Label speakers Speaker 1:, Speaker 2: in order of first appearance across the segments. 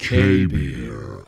Speaker 1: K Beer.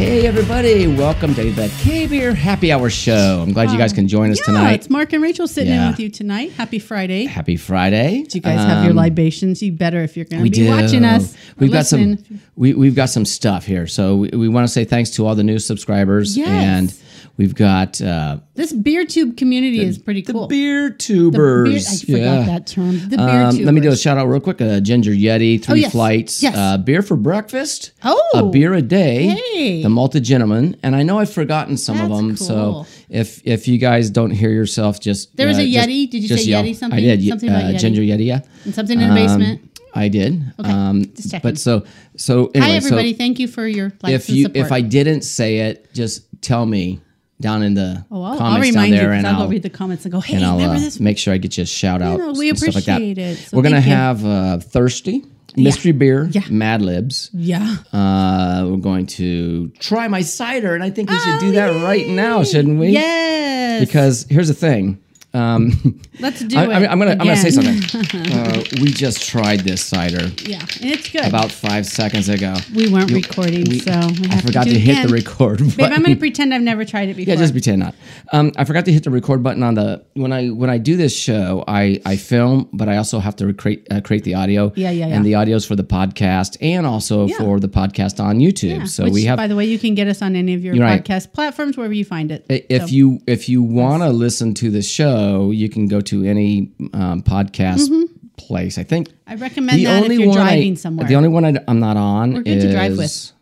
Speaker 2: Hey everybody, welcome to the K Beer Happy Hour Show. I'm glad you guys can join us
Speaker 3: yeah,
Speaker 2: tonight.
Speaker 3: It's Mark and Rachel sitting
Speaker 2: Yeah.
Speaker 3: in with you tonight. Happy Friday.
Speaker 2: Happy Friday.
Speaker 3: Did you guys have your
Speaker 2: Um,
Speaker 3: libations? You better if you're going to be
Speaker 2: do.
Speaker 3: watching us. or
Speaker 2: We've got
Speaker 3: listening.
Speaker 2: some. We, we've got some stuff here, so we, we want to say thanks to all the new subscribers,
Speaker 3: Yes.
Speaker 2: and we've got uh,
Speaker 3: This beer tube community is pretty cool.
Speaker 2: beer
Speaker 3: beer-
Speaker 2: tubers.
Speaker 3: I forgot that term. The beer
Speaker 2: Um,
Speaker 3: tubers.
Speaker 2: let me do a shout out real quick. Uh, Ginger Yeti, three
Speaker 3: yes.
Speaker 2: flights,
Speaker 3: Yes.
Speaker 2: uh, beer for breakfast,
Speaker 3: Oh.
Speaker 2: a beer a day,
Speaker 3: Hey.
Speaker 2: the malted gentleman, and I know I've forgotten some of
Speaker 3: That's
Speaker 2: them. So
Speaker 3: cool.
Speaker 2: if if you guys don't hear yourself, just
Speaker 3: There was
Speaker 2: uh,
Speaker 3: a
Speaker 2: just-
Speaker 3: Yeti. Did you
Speaker 2: just
Speaker 3: say
Speaker 2: yell.
Speaker 3: Yeti something?
Speaker 2: I did.
Speaker 3: Something about
Speaker 2: uh,
Speaker 3: Yeti?
Speaker 2: Ginger Yeti. Yeah,
Speaker 3: And something in
Speaker 2: um,
Speaker 3: the basement.
Speaker 2: I did.
Speaker 3: Okay,
Speaker 2: Um,
Speaker 3: just checking.
Speaker 2: but so so anyway,
Speaker 3: Hi, everybody.
Speaker 2: so
Speaker 3: Thank you for your likes
Speaker 2: if
Speaker 3: and
Speaker 2: you
Speaker 3: support.
Speaker 2: if I didn't say it, just tell me down in the
Speaker 3: oh, I'll, I'll
Speaker 2: comments
Speaker 3: remind
Speaker 2: down there,
Speaker 3: you
Speaker 2: and
Speaker 3: because I'll,
Speaker 2: I'll
Speaker 3: go read the comments and go, hey,
Speaker 2: and I'll
Speaker 3: remember
Speaker 2: uh,
Speaker 3: this?
Speaker 2: make sure I get you a shout out.
Speaker 3: no, we
Speaker 2: and stuff like that.
Speaker 3: appreciate it. So
Speaker 2: We're gonna
Speaker 3: thank you.
Speaker 2: have uh, thirsty mystery beer,
Speaker 3: Yeah.
Speaker 2: Mad Libs.
Speaker 3: yeah.
Speaker 2: Uh, we're going to try my cider, and I think we should do that right now, shouldn't we?
Speaker 3: Yes.
Speaker 2: Because here's the thing. Um,
Speaker 3: Let's do
Speaker 2: I,
Speaker 3: it.
Speaker 2: I, am gonna I'm gonna say
Speaker 3: again.
Speaker 2: something. uh, we just tried this cider
Speaker 3: Yeah. And it's good.
Speaker 2: about five seconds ago.
Speaker 3: we weren't recording,
Speaker 2: we-
Speaker 3: so we
Speaker 2: I
Speaker 3: have
Speaker 2: forgot
Speaker 3: to,
Speaker 2: to,
Speaker 3: do it
Speaker 2: hit
Speaker 3: again.
Speaker 2: the record.
Speaker 3: Babe, I'm
Speaker 2: button.
Speaker 3: going to pretend I've never tried it before.
Speaker 2: Yeah, just pretend not. Um, I forgot to hit the record button on the when I when I do this show, I I film, but I also have to recreate uh, create the audio.
Speaker 3: Yeah, yeah,
Speaker 2: And the
Speaker 3: yeah.
Speaker 2: audio's for the podcast and also
Speaker 3: Yeah.
Speaker 2: for the podcast on YouTube.
Speaker 3: Yeah,
Speaker 2: so
Speaker 3: which,
Speaker 2: we have.
Speaker 3: By the way, you can get us on any of your
Speaker 2: You're right.
Speaker 3: podcast platforms wherever you find it.
Speaker 2: if
Speaker 3: So,
Speaker 2: you if you want to listen to the show, you can go to any um, podcast place. I think
Speaker 3: Mm-hmm. I recommend that if you're
Speaker 2: one I-
Speaker 3: driving somewhere.
Speaker 2: The only one I, am not on
Speaker 3: We're good
Speaker 2: is
Speaker 3: to drive with.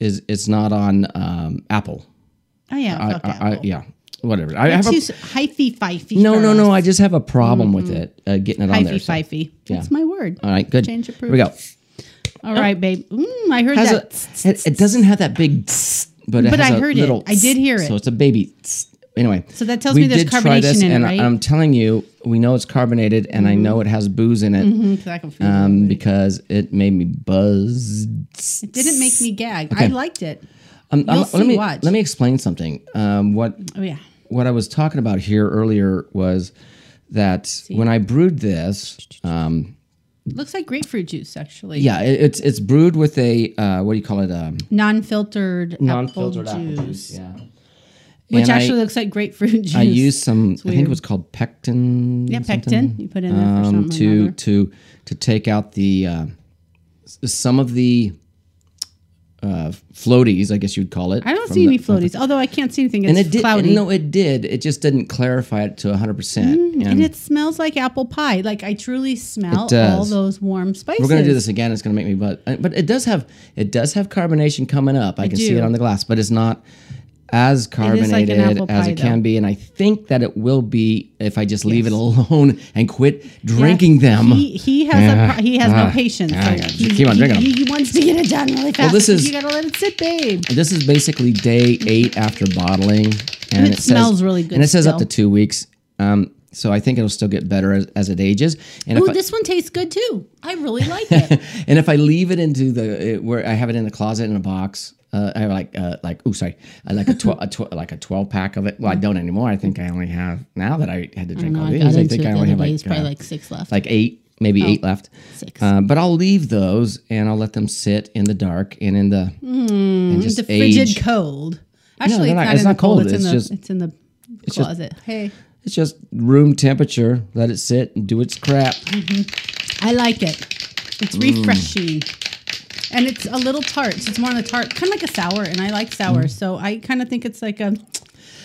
Speaker 2: is it's not on um, Apple.
Speaker 3: oh yeah,
Speaker 2: I,
Speaker 3: fuck
Speaker 2: I, I,
Speaker 3: Apple.
Speaker 2: yeah, whatever. I have
Speaker 3: Too
Speaker 2: a,
Speaker 3: s- hyphy fifey.
Speaker 2: No, no,
Speaker 3: girls.
Speaker 2: no. I just have a problem with
Speaker 3: Mm-hmm.
Speaker 2: it uh, getting it on there.
Speaker 3: Hyphy
Speaker 2: so-
Speaker 3: fifey.
Speaker 2: Yeah.
Speaker 3: That's my word.
Speaker 2: All right, good.
Speaker 3: Change
Speaker 2: Here we go.
Speaker 3: All right, babe. Mm, I heard
Speaker 2: Has a,
Speaker 3: that.
Speaker 2: it, it doesn't have that big, tss, but it
Speaker 3: But
Speaker 2: has
Speaker 3: I
Speaker 2: a
Speaker 3: heard it.
Speaker 2: little.
Speaker 3: I did hear it.
Speaker 2: So it's a baby. tss. Anyway,
Speaker 3: So that tells
Speaker 2: we
Speaker 3: me there's
Speaker 2: did try this,
Speaker 3: carbonation in it,
Speaker 2: and
Speaker 3: right? Mm-hmm.
Speaker 2: I'm telling you, we know it's carbonated, and I know it has booze in it
Speaker 3: 'Cause I can feel it.
Speaker 2: um, because it made me buzz.
Speaker 3: It didn't make me gag. I liked it.
Speaker 2: Um, um,
Speaker 3: You'll see,
Speaker 2: let me
Speaker 3: watch.
Speaker 2: let me explain something. Um, what
Speaker 3: Oh yeah.
Speaker 2: what I was talking about here earlier was that when I brewed this, um,
Speaker 3: Looks like grapefruit juice actually.
Speaker 2: Yeah, it, it's it's brewed with a uh, what do you call it? Um,
Speaker 3: Non-filtered,
Speaker 2: non-filtered
Speaker 3: apple juice,
Speaker 2: Yeah,
Speaker 3: which
Speaker 2: And I-
Speaker 3: actually looks like grapefruit juice.
Speaker 2: I used some. I think
Speaker 3: weird.
Speaker 2: it was called pectin.
Speaker 3: yeah,
Speaker 2: something,
Speaker 3: pectin. You put in there for
Speaker 2: um,
Speaker 3: something. or
Speaker 2: to
Speaker 3: another.
Speaker 2: to to take out the uh, s- some of the uh, floaties, I guess you'd call it.
Speaker 3: I don't
Speaker 2: from
Speaker 3: see
Speaker 2: the-
Speaker 3: any floaties, although I can't see anything. It's
Speaker 2: And it did.
Speaker 3: cloudy.
Speaker 2: No, it did. It just didn't clarify it to hundred percent.
Speaker 3: and it smells like apple pie. Like I truly smell
Speaker 2: It does.
Speaker 3: all those warm spices.
Speaker 2: We're gonna do this again. It's gonna make me but but it does have it does have carbonation coming up. I, can see
Speaker 3: do.
Speaker 2: it on the glass, but it's not as
Speaker 3: is like
Speaker 2: carbonated
Speaker 3: an apple
Speaker 2: as
Speaker 3: pie,
Speaker 2: it can
Speaker 3: though.
Speaker 2: be. And I think that it will be if I just leave it alone and quit drinking them.
Speaker 3: He, he has a pro- he has no patience.
Speaker 2: Ah,
Speaker 3: Like,
Speaker 2: yeah,
Speaker 3: he,
Speaker 2: keep on
Speaker 3: he-
Speaker 2: drinking 'em.
Speaker 3: He, he wants to get it done really fast.
Speaker 2: this
Speaker 3: I said,
Speaker 2: is-
Speaker 3: you gotta let it sit, babe.
Speaker 2: this is basically day eight after bottling, and
Speaker 3: it smells
Speaker 2: says,
Speaker 3: really good
Speaker 2: And it says up to
Speaker 3: still.
Speaker 2: two weeks. Um, so I think it'll still get better as, as it ages. And
Speaker 3: Ooh,
Speaker 2: if I,
Speaker 3: this one tastes good too. I really like it.
Speaker 2: and if I leave it into the it, where I have it in the closet in a box, uh, I have like uh, like oh sorry, I like a twelve a tw- like a twelve pack of it. Well, I don't anymore. I think I only have now that I had to drink
Speaker 3: No,
Speaker 2: all
Speaker 3: I
Speaker 2: Oh, these.
Speaker 3: got
Speaker 2: I
Speaker 3: into
Speaker 2: think
Speaker 3: it
Speaker 2: I
Speaker 3: the
Speaker 2: only
Speaker 3: other
Speaker 2: have
Speaker 3: day.
Speaker 2: like
Speaker 3: It's probably
Speaker 2: uh,
Speaker 3: like six left.
Speaker 2: like eight, maybe eight left.
Speaker 3: six.
Speaker 2: Uh, but I'll leave those and I'll let them sit in the dark and in the and just
Speaker 3: Hmm, the frigid
Speaker 2: age.
Speaker 3: cold.
Speaker 2: they're
Speaker 3: Actually,
Speaker 2: not-
Speaker 3: it's not,
Speaker 2: it's
Speaker 3: in the
Speaker 2: not
Speaker 3: cold.
Speaker 2: cold,
Speaker 3: It's,
Speaker 2: it's
Speaker 3: in the
Speaker 2: just-
Speaker 3: it's in the
Speaker 2: just-
Speaker 3: closet. hey,
Speaker 2: it's just room temperature. Let it sit and do its crap.
Speaker 3: I like it. It's
Speaker 2: Mm.
Speaker 3: refreshing. And it's a little tart. So it's more on the tart, kind of like a sour. And I like sour.
Speaker 2: Mm.
Speaker 3: So I kind of think it's like a.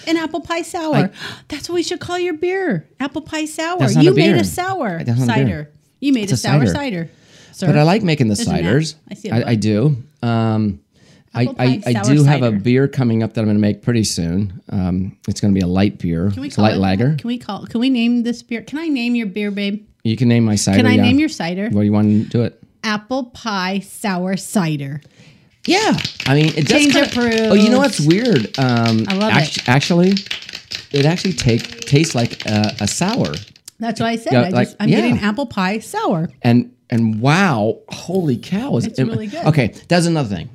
Speaker 3: An apple pie sour. that's what we should call your beer. Apple pie sour.
Speaker 2: That's not
Speaker 3: you
Speaker 2: a
Speaker 3: made
Speaker 2: beer.
Speaker 3: a sour
Speaker 2: That's not a beer.
Speaker 3: cider. You made
Speaker 2: It's
Speaker 3: a,
Speaker 2: a
Speaker 3: sour
Speaker 2: cider.
Speaker 3: cider. sir.
Speaker 2: But I like making the
Speaker 3: an app.
Speaker 2: ciders.
Speaker 3: I see a
Speaker 2: I,
Speaker 3: book.
Speaker 2: I do. Um, I,
Speaker 3: Apple
Speaker 2: I,
Speaker 3: pie
Speaker 2: I
Speaker 3: sour
Speaker 2: do have a
Speaker 3: cider.
Speaker 2: beer coming up that I'm going to make pretty soon. Um, it's going to be a light beer.
Speaker 3: Can we
Speaker 2: it's a
Speaker 3: call
Speaker 2: light
Speaker 3: it-
Speaker 2: lager.
Speaker 3: Can we call? Can we name this beer? Can I name your beer, babe?
Speaker 2: you can name my cider.
Speaker 3: Can I
Speaker 2: yeah.
Speaker 3: name your cider?
Speaker 2: What do you want to do it?
Speaker 3: apple pie sour cider.
Speaker 2: Yeah, I mean, it does
Speaker 3: Change
Speaker 2: kinda,
Speaker 3: approved.
Speaker 2: Oh, you know what's weird? Um,
Speaker 3: I love it.
Speaker 2: Actually, it actually take tastes like a, a sour,
Speaker 3: That's what I said.
Speaker 2: Yeah,
Speaker 3: I
Speaker 2: like-
Speaker 3: just, I'm
Speaker 2: yeah.
Speaker 3: getting apple pie sour.
Speaker 2: and and wow, holy cow! Is,
Speaker 3: It's really good.
Speaker 2: Okay, that's another thing.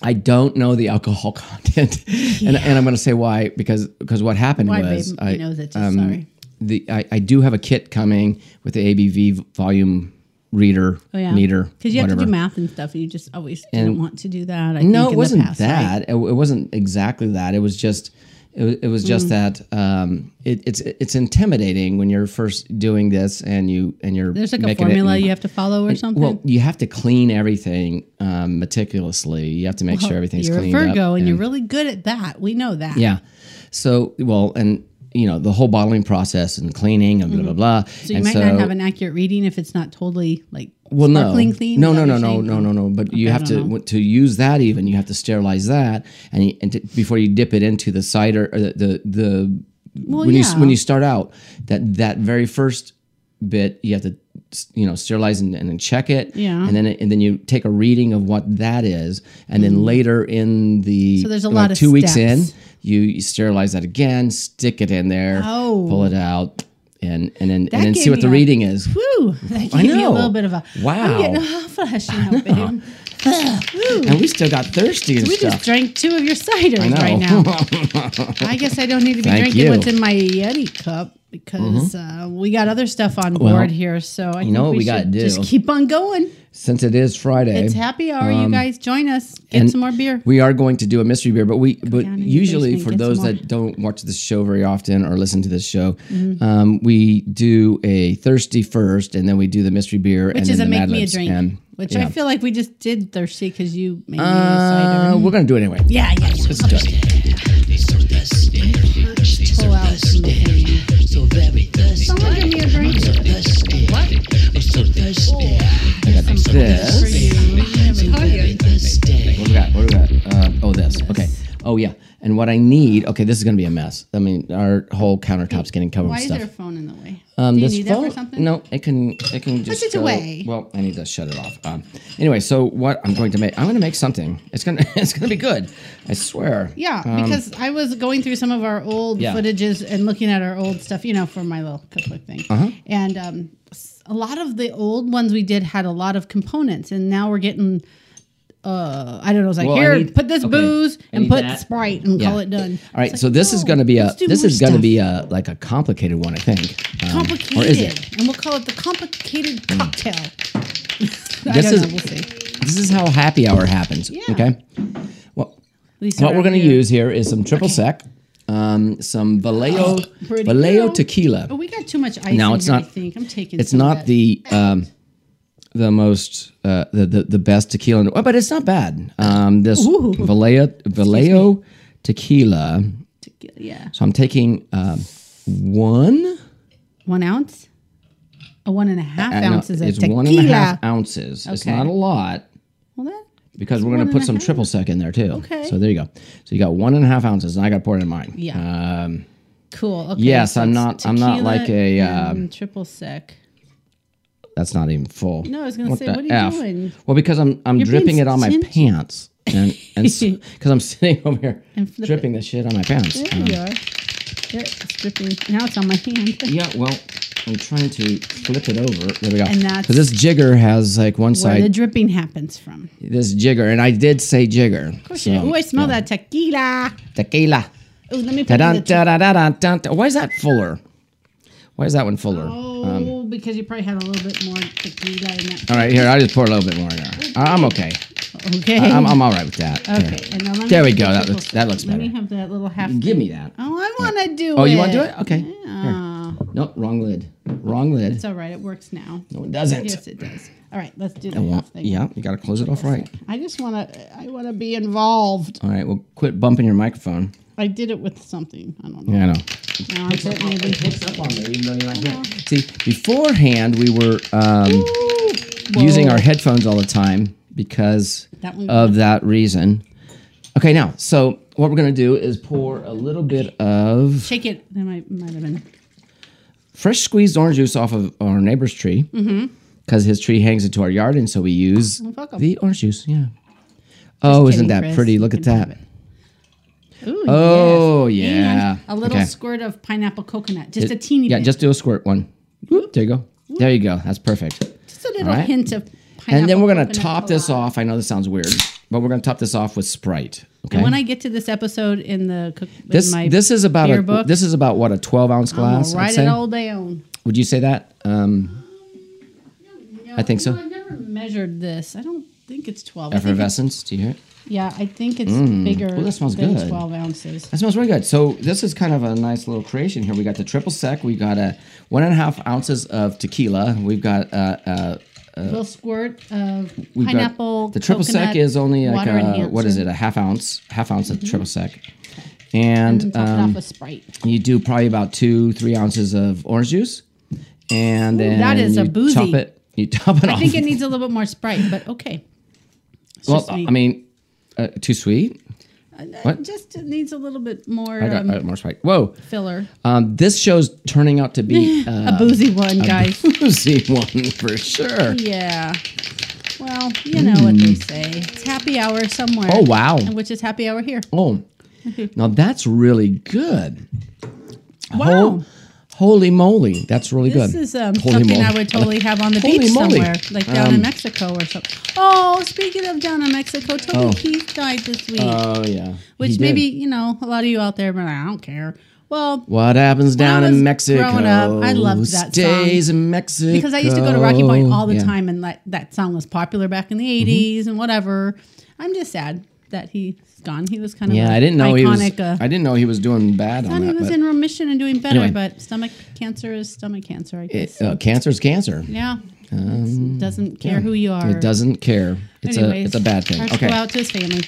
Speaker 2: I don't know the alcohol content, and, and I'm going to say why because because what happened
Speaker 3: Why,
Speaker 2: was
Speaker 3: babe?
Speaker 2: I um,
Speaker 3: He knows it too, sorry.
Speaker 2: The I, I do have a kit coming with the ABV volume reader
Speaker 3: Oh, yeah.
Speaker 2: meter
Speaker 3: Because you have
Speaker 2: whatever.
Speaker 3: to do math and stuff, and you just always didn't want to do that. I
Speaker 2: No,
Speaker 3: think,
Speaker 2: it
Speaker 3: in
Speaker 2: wasn't
Speaker 3: the past, right?
Speaker 2: that. It, it wasn't exactly that. It was just. It, wa- it was just
Speaker 3: Mm.
Speaker 2: that um, it, it's it's intimidating when you're first doing this and you and you're
Speaker 3: There's like a
Speaker 2: making it
Speaker 3: formula
Speaker 2: and-
Speaker 3: you have to follow or something.
Speaker 2: well, you have to clean everything um, meticulously. You have to make sure everything's
Speaker 3: you're a
Speaker 2: cleaned up.
Speaker 3: Virgo, and you're really good at that. We know that.
Speaker 2: yeah. So well, and you know the whole bottling process and cleaning and blah blah blah.
Speaker 3: Mm-hmm. So you might not have an accurate reading if it's not totally like
Speaker 2: well, no,
Speaker 3: sparkling clean.
Speaker 2: No,
Speaker 3: is
Speaker 2: no,
Speaker 3: that
Speaker 2: no,
Speaker 3: what
Speaker 2: no,
Speaker 3: you're
Speaker 2: no,
Speaker 3: saying? Oh,
Speaker 2: no, no. But you have to w- to use that even. You have to sterilize that, and, you, and t- before you dip it into the cider, or the the, the
Speaker 3: Well,
Speaker 2: when you s- when
Speaker 3: yeah.
Speaker 2: you start out, that that very first bit, you have to s- you know sterilize and, and then check it.
Speaker 3: Yeah.
Speaker 2: And then it, and then you take a reading of what that is, and then later in the
Speaker 3: Mm-hmm. So there's a
Speaker 2: like
Speaker 3: lot of
Speaker 2: two weeks in,
Speaker 3: steps.
Speaker 2: you, you sterilize that again, stick it in there,
Speaker 3: Oh.
Speaker 2: pull it out, and and then and then
Speaker 3: gave
Speaker 2: see what
Speaker 3: me
Speaker 2: the
Speaker 3: a-
Speaker 2: reading is.
Speaker 3: Whew, that gave me a
Speaker 2: know.
Speaker 3: little bit of a
Speaker 2: Wow.
Speaker 3: I'm getting all flashy now, babe.
Speaker 2: And we still got thirsty and
Speaker 3: We
Speaker 2: stuff.
Speaker 3: just drank two of your ciders
Speaker 2: know.
Speaker 3: right now. I guess I don't need to be
Speaker 2: Thank
Speaker 3: drinking
Speaker 2: you. Mm-hmm.
Speaker 3: what's in my Yeti cup because uh, we got other stuff on board here. So I you
Speaker 2: know
Speaker 3: think
Speaker 2: what we gotta
Speaker 3: should just
Speaker 2: do.
Speaker 3: keep on going.
Speaker 2: since it is Friday,
Speaker 3: It's happy hour. you guys join us. Get
Speaker 2: um, and
Speaker 3: some more beer.
Speaker 2: we are going to do a mystery beer. But we, but
Speaker 3: down in your
Speaker 2: usually
Speaker 3: basement,
Speaker 2: for
Speaker 3: get some
Speaker 2: those
Speaker 3: more.
Speaker 2: that don't watch this show very often or listen to this show,
Speaker 3: Mm-hmm.
Speaker 2: um, we do a thirsty first, and then we do the mystery beer, and
Speaker 3: Which
Speaker 2: then
Speaker 3: is a
Speaker 2: the
Speaker 3: make
Speaker 2: Mad
Speaker 3: me a
Speaker 2: Libs.
Speaker 3: drink.
Speaker 2: And,
Speaker 3: which
Speaker 2: yeah.
Speaker 3: I feel like we just did thirsty because you made me a
Speaker 2: Uh,
Speaker 3: cider.
Speaker 2: we're gonna do it anyway.
Speaker 3: Yeah, yeah, yeah.
Speaker 2: Let's do it.
Speaker 3: Pull out some of the- Someone give me a drink.
Speaker 2: I got
Speaker 3: For
Speaker 2: this.
Speaker 3: you.
Speaker 2: What do we got? What do we got? Uh, oh, this. Okay. Oh yeah. And what I need. Okay, this is gonna be a mess. I mean, our whole countertop's getting covered
Speaker 3: Why
Speaker 2: with
Speaker 3: is
Speaker 2: stuff.
Speaker 3: there a phone in the way?
Speaker 2: Um,
Speaker 3: Do you
Speaker 2: this
Speaker 3: need
Speaker 2: phone,
Speaker 3: that for something?
Speaker 2: No, it can. It can just
Speaker 3: it
Speaker 2: go-
Speaker 3: away.
Speaker 2: Well, I need to shut it off. Um, anyway, so what I'm going to make, I'm going to make something. It's gonna, it's gonna be good. I swear.
Speaker 3: Yeah, because I was going through some of our old
Speaker 2: Um, Yeah.
Speaker 3: footages and looking at our old stuff, you know, for my little cookbook thing.
Speaker 2: Uh-huh.
Speaker 3: And um, s- a lot of the old ones we did had a lot of components, and now we're getting. Uh, I don't know. It's like
Speaker 2: Well, I
Speaker 3: here,
Speaker 2: need-
Speaker 3: put this
Speaker 2: okay,
Speaker 3: booze
Speaker 2: I
Speaker 3: and
Speaker 2: need
Speaker 3: put
Speaker 2: that.
Speaker 3: Sprite and
Speaker 2: Yeah.
Speaker 3: call it done.
Speaker 2: All right,
Speaker 3: It's
Speaker 2: so
Speaker 3: like,
Speaker 2: this is
Speaker 3: no,
Speaker 2: going to be a.
Speaker 3: let's do
Speaker 2: This
Speaker 3: more
Speaker 2: is going to
Speaker 3: stuff.
Speaker 2: be a like a complicated one, I think. Um,
Speaker 3: complicated,
Speaker 2: Or is it? Hmm.
Speaker 3: and we'll call it the complicated cocktail. I
Speaker 2: This
Speaker 3: don't
Speaker 2: is-
Speaker 3: know. We'll see.
Speaker 2: This is how happy hour happens.
Speaker 3: Yeah.
Speaker 2: Okay. Well,
Speaker 3: At least
Speaker 2: what we're
Speaker 3: around
Speaker 2: going to
Speaker 3: here.
Speaker 2: use here is some triple sec, um, some Vallejo
Speaker 3: pretty
Speaker 2: Vallejo
Speaker 3: cool.
Speaker 2: tequila.
Speaker 3: Oh, we got too much ice.
Speaker 2: No,
Speaker 3: in
Speaker 2: it's
Speaker 3: here,
Speaker 2: not-
Speaker 3: I think I'm taking.
Speaker 2: it's
Speaker 3: some of
Speaker 2: not
Speaker 3: that.
Speaker 2: the um, the most uh, the, the the best tequila, in the- oh, but it's not bad. Um, this
Speaker 3: Ooh.
Speaker 2: Vallejo Vallejo tequila.
Speaker 3: Yeah.
Speaker 2: So I'm taking um, one.
Speaker 3: One ounce? A one and a half
Speaker 2: uh, no,
Speaker 3: ounces of
Speaker 2: it's
Speaker 3: tequila.
Speaker 2: one and a half ounces. It's
Speaker 3: Okay.
Speaker 2: not a lot
Speaker 3: Well, that,
Speaker 2: because we're gonna
Speaker 3: one
Speaker 2: put
Speaker 3: and a
Speaker 2: some
Speaker 3: half.
Speaker 2: triple sec in there too.
Speaker 3: Okay.
Speaker 2: So there you go. So you got one and a half ounces, and I got to pour it in mine.
Speaker 3: yeah. cool. Okay,
Speaker 2: Um, yes,
Speaker 3: so
Speaker 2: I'm
Speaker 3: it's
Speaker 2: not- I'm not
Speaker 3: tequila
Speaker 2: like a, um,
Speaker 3: and triple sec.
Speaker 2: That's not even full.
Speaker 3: No, I was gonna say,
Speaker 2: the
Speaker 3: what are you doing?
Speaker 2: Well, because I'm I'm
Speaker 3: being
Speaker 2: dripping it on my
Speaker 3: stingy.
Speaker 2: pants, and and because I'm sitting over here
Speaker 3: And flip
Speaker 2: dripping this shit on my pants. Um,
Speaker 3: There you are. There, it's dripping. Now it's on my hand.
Speaker 2: Yeah, well, I'm trying to flip it over. There we go.
Speaker 3: And that's-
Speaker 2: 'Cause this jigger has like one
Speaker 3: Where the
Speaker 2: side.
Speaker 3: dripping happens from.
Speaker 2: this jigger, and I did say jigger. so,
Speaker 3: oh, I smell that tequila.
Speaker 2: Tequila.
Speaker 3: Oh, let me put you
Speaker 2: Ta-dun,
Speaker 3: the te-
Speaker 2: ta-da-da-dun, dun, dun. Why is that fuller? Why is that one fuller?
Speaker 3: Oh, because you probably had a little bit more tequila in that.
Speaker 2: All right, here I will just pour a little bit more. Here. I- I'm okay.
Speaker 3: Okay.
Speaker 2: Uh, I- I'm, I'm all right with that. Here.
Speaker 3: Oh. okay. And now let me
Speaker 2: There we
Speaker 3: put
Speaker 2: go.
Speaker 3: the
Speaker 2: That
Speaker 3: triple
Speaker 2: looks- that
Speaker 3: sec.
Speaker 2: looks
Speaker 3: Let me
Speaker 2: better.
Speaker 3: have that little half.
Speaker 2: Give me that.
Speaker 3: Oh, I want to do it.
Speaker 2: Oh, you want to do it? Okay. Here.
Speaker 3: Yeah.
Speaker 2: Nope, wrong lid. Wrong lid.
Speaker 3: It's all right. It works now.
Speaker 2: No, it doesn't.
Speaker 3: Yes, it does. All right, let's do
Speaker 2: Well,
Speaker 3: that. thing.
Speaker 2: yeah, you got to close it off right.
Speaker 3: I just want to. I want to be involved.
Speaker 2: All right, well, quit bumping your microphone.
Speaker 3: I did it with something. I don't know.
Speaker 2: Yeah, I know.
Speaker 3: Now I'm putting it in-
Speaker 2: picks up on me, even though you're not hearing. it. See, beforehand we were um,
Speaker 3: Whoa.
Speaker 2: using our headphones all the time because
Speaker 3: That one-
Speaker 2: of that reason. Okay, now so what we're gonna do is pour a little bit of
Speaker 3: Shake it. That might might have been.
Speaker 2: fresh squeezed orange juice off of our neighbor's tree. Mm-hmm. because his tree hangs into our yard, and so we use
Speaker 3: fuck 'em.
Speaker 2: the orange juice. Yeah. Oh, isn't
Speaker 3: kidding,
Speaker 2: that
Speaker 3: Chris.
Speaker 2: pretty?
Speaker 3: You
Speaker 2: Look at
Speaker 3: can have
Speaker 2: that.
Speaker 3: it. Ooh,
Speaker 2: Oh,
Speaker 3: yes.
Speaker 2: yeah.
Speaker 3: And a little
Speaker 2: Okay.
Speaker 3: squirt of pineapple coconut, just a teeny
Speaker 2: Yeah,
Speaker 3: bit,
Speaker 2: just do a squirt one. Whoop, there you go. There you go. That's perfect.
Speaker 3: just a little
Speaker 2: right.
Speaker 3: hint of pineapple.
Speaker 2: And then we're gonna
Speaker 3: coconut
Speaker 2: top this
Speaker 3: colada.
Speaker 2: off. I know this sounds weird, but we're gonna top this off with Sprite. Okay.
Speaker 3: And when I get to this episode in the cook, in
Speaker 2: this
Speaker 3: my
Speaker 2: this is about
Speaker 3: beer
Speaker 2: a
Speaker 3: book,
Speaker 2: this is about what a twelve ounce
Speaker 3: I'm gonna
Speaker 2: glass. I'd
Speaker 3: write
Speaker 2: say.
Speaker 3: it all down.
Speaker 2: Would you say that? Um, I think so.
Speaker 3: I've never measured this. I don't think it's twelve. I think it's-
Speaker 2: effervescence. Do you hear it?
Speaker 3: yeah, I think it's bigger
Speaker 2: Mm. Well, that smells
Speaker 3: than
Speaker 2: good. Uh,
Speaker 3: twelve ounces.
Speaker 2: That smells really good. So this is kind of a nice little creation here. We got the triple sec. We got a one and a half ounces of tequila. We've got uh, uh,
Speaker 3: A little squirt of
Speaker 2: we've got-
Speaker 3: pineapple.
Speaker 2: the triple
Speaker 3: coconut,
Speaker 2: sec is only like
Speaker 3: water
Speaker 2: a, what is
Speaker 3: enhancer.
Speaker 2: it? A half ounce, half ounce of triple sec, and
Speaker 3: And top it
Speaker 2: um,
Speaker 3: off with Sprite.
Speaker 2: you do probably about two, three ounces of orange juice, and then
Speaker 3: that is a
Speaker 2: you
Speaker 3: boozy.
Speaker 2: top it. You top it
Speaker 3: I
Speaker 2: off.
Speaker 3: think it needs a little bit more Sprite, but okay. It's
Speaker 2: well,
Speaker 3: just
Speaker 2: I
Speaker 3: sweet.
Speaker 2: mean, uh, too sweet. what?
Speaker 3: just it needs a little bit more
Speaker 2: I got
Speaker 3: um,
Speaker 2: uh, more Sprite. Whoa.
Speaker 3: filler.
Speaker 2: Um, this show's turning out to be uh,
Speaker 3: a boozy one, guys.
Speaker 2: boozy one for sure.
Speaker 3: yeah. Well, you know what they say. It's happy hour somewhere.
Speaker 2: Mm. Oh, wow.
Speaker 3: And which is happy hour here.
Speaker 2: Oh, now that's really good.
Speaker 3: Wow.
Speaker 2: Hol- holy moly, that's really
Speaker 3: This
Speaker 2: Oh, good.
Speaker 3: is um,
Speaker 2: Holy
Speaker 3: something I
Speaker 2: moly.
Speaker 3: would totally have on the
Speaker 2: Holy
Speaker 3: beach
Speaker 2: moly. Um,
Speaker 3: somewhere, like down in Mexico or something. Oh, speaking of down in Mexico, Toby
Speaker 2: Oh.
Speaker 3: Keith died this week,
Speaker 2: Oh yeah. He
Speaker 3: which
Speaker 2: did.
Speaker 3: maybe you know a lot of you out there, but I don't care. Well,
Speaker 2: What happens down
Speaker 3: I
Speaker 2: in
Speaker 3: was
Speaker 2: Mexico?
Speaker 3: growing up, I loved that
Speaker 2: Stays in Mexico.
Speaker 3: because I used to go to Rocky Point all the
Speaker 2: Yeah. Mm-hmm.
Speaker 3: time, and that that song was popular back in the '80s and whatever. I'm just sad that he's gone. He was kind of
Speaker 2: Yeah,
Speaker 3: a
Speaker 2: I didn't know
Speaker 3: iconic,
Speaker 2: he was.
Speaker 3: Uh,
Speaker 2: I didn't know he was doing bad
Speaker 3: I
Speaker 2: on
Speaker 3: thought he
Speaker 2: that.
Speaker 3: was
Speaker 2: but
Speaker 3: in remission and doing better,
Speaker 2: Anyway.
Speaker 3: but stomach cancer is stomach cancer, I guess.
Speaker 2: it, uh, cancer's cancer.
Speaker 3: yeah, It's- doesn't care who you are.
Speaker 2: It doesn't care. It's a it's a bad thing.
Speaker 3: Let's
Speaker 2: okay.
Speaker 3: go out to his family.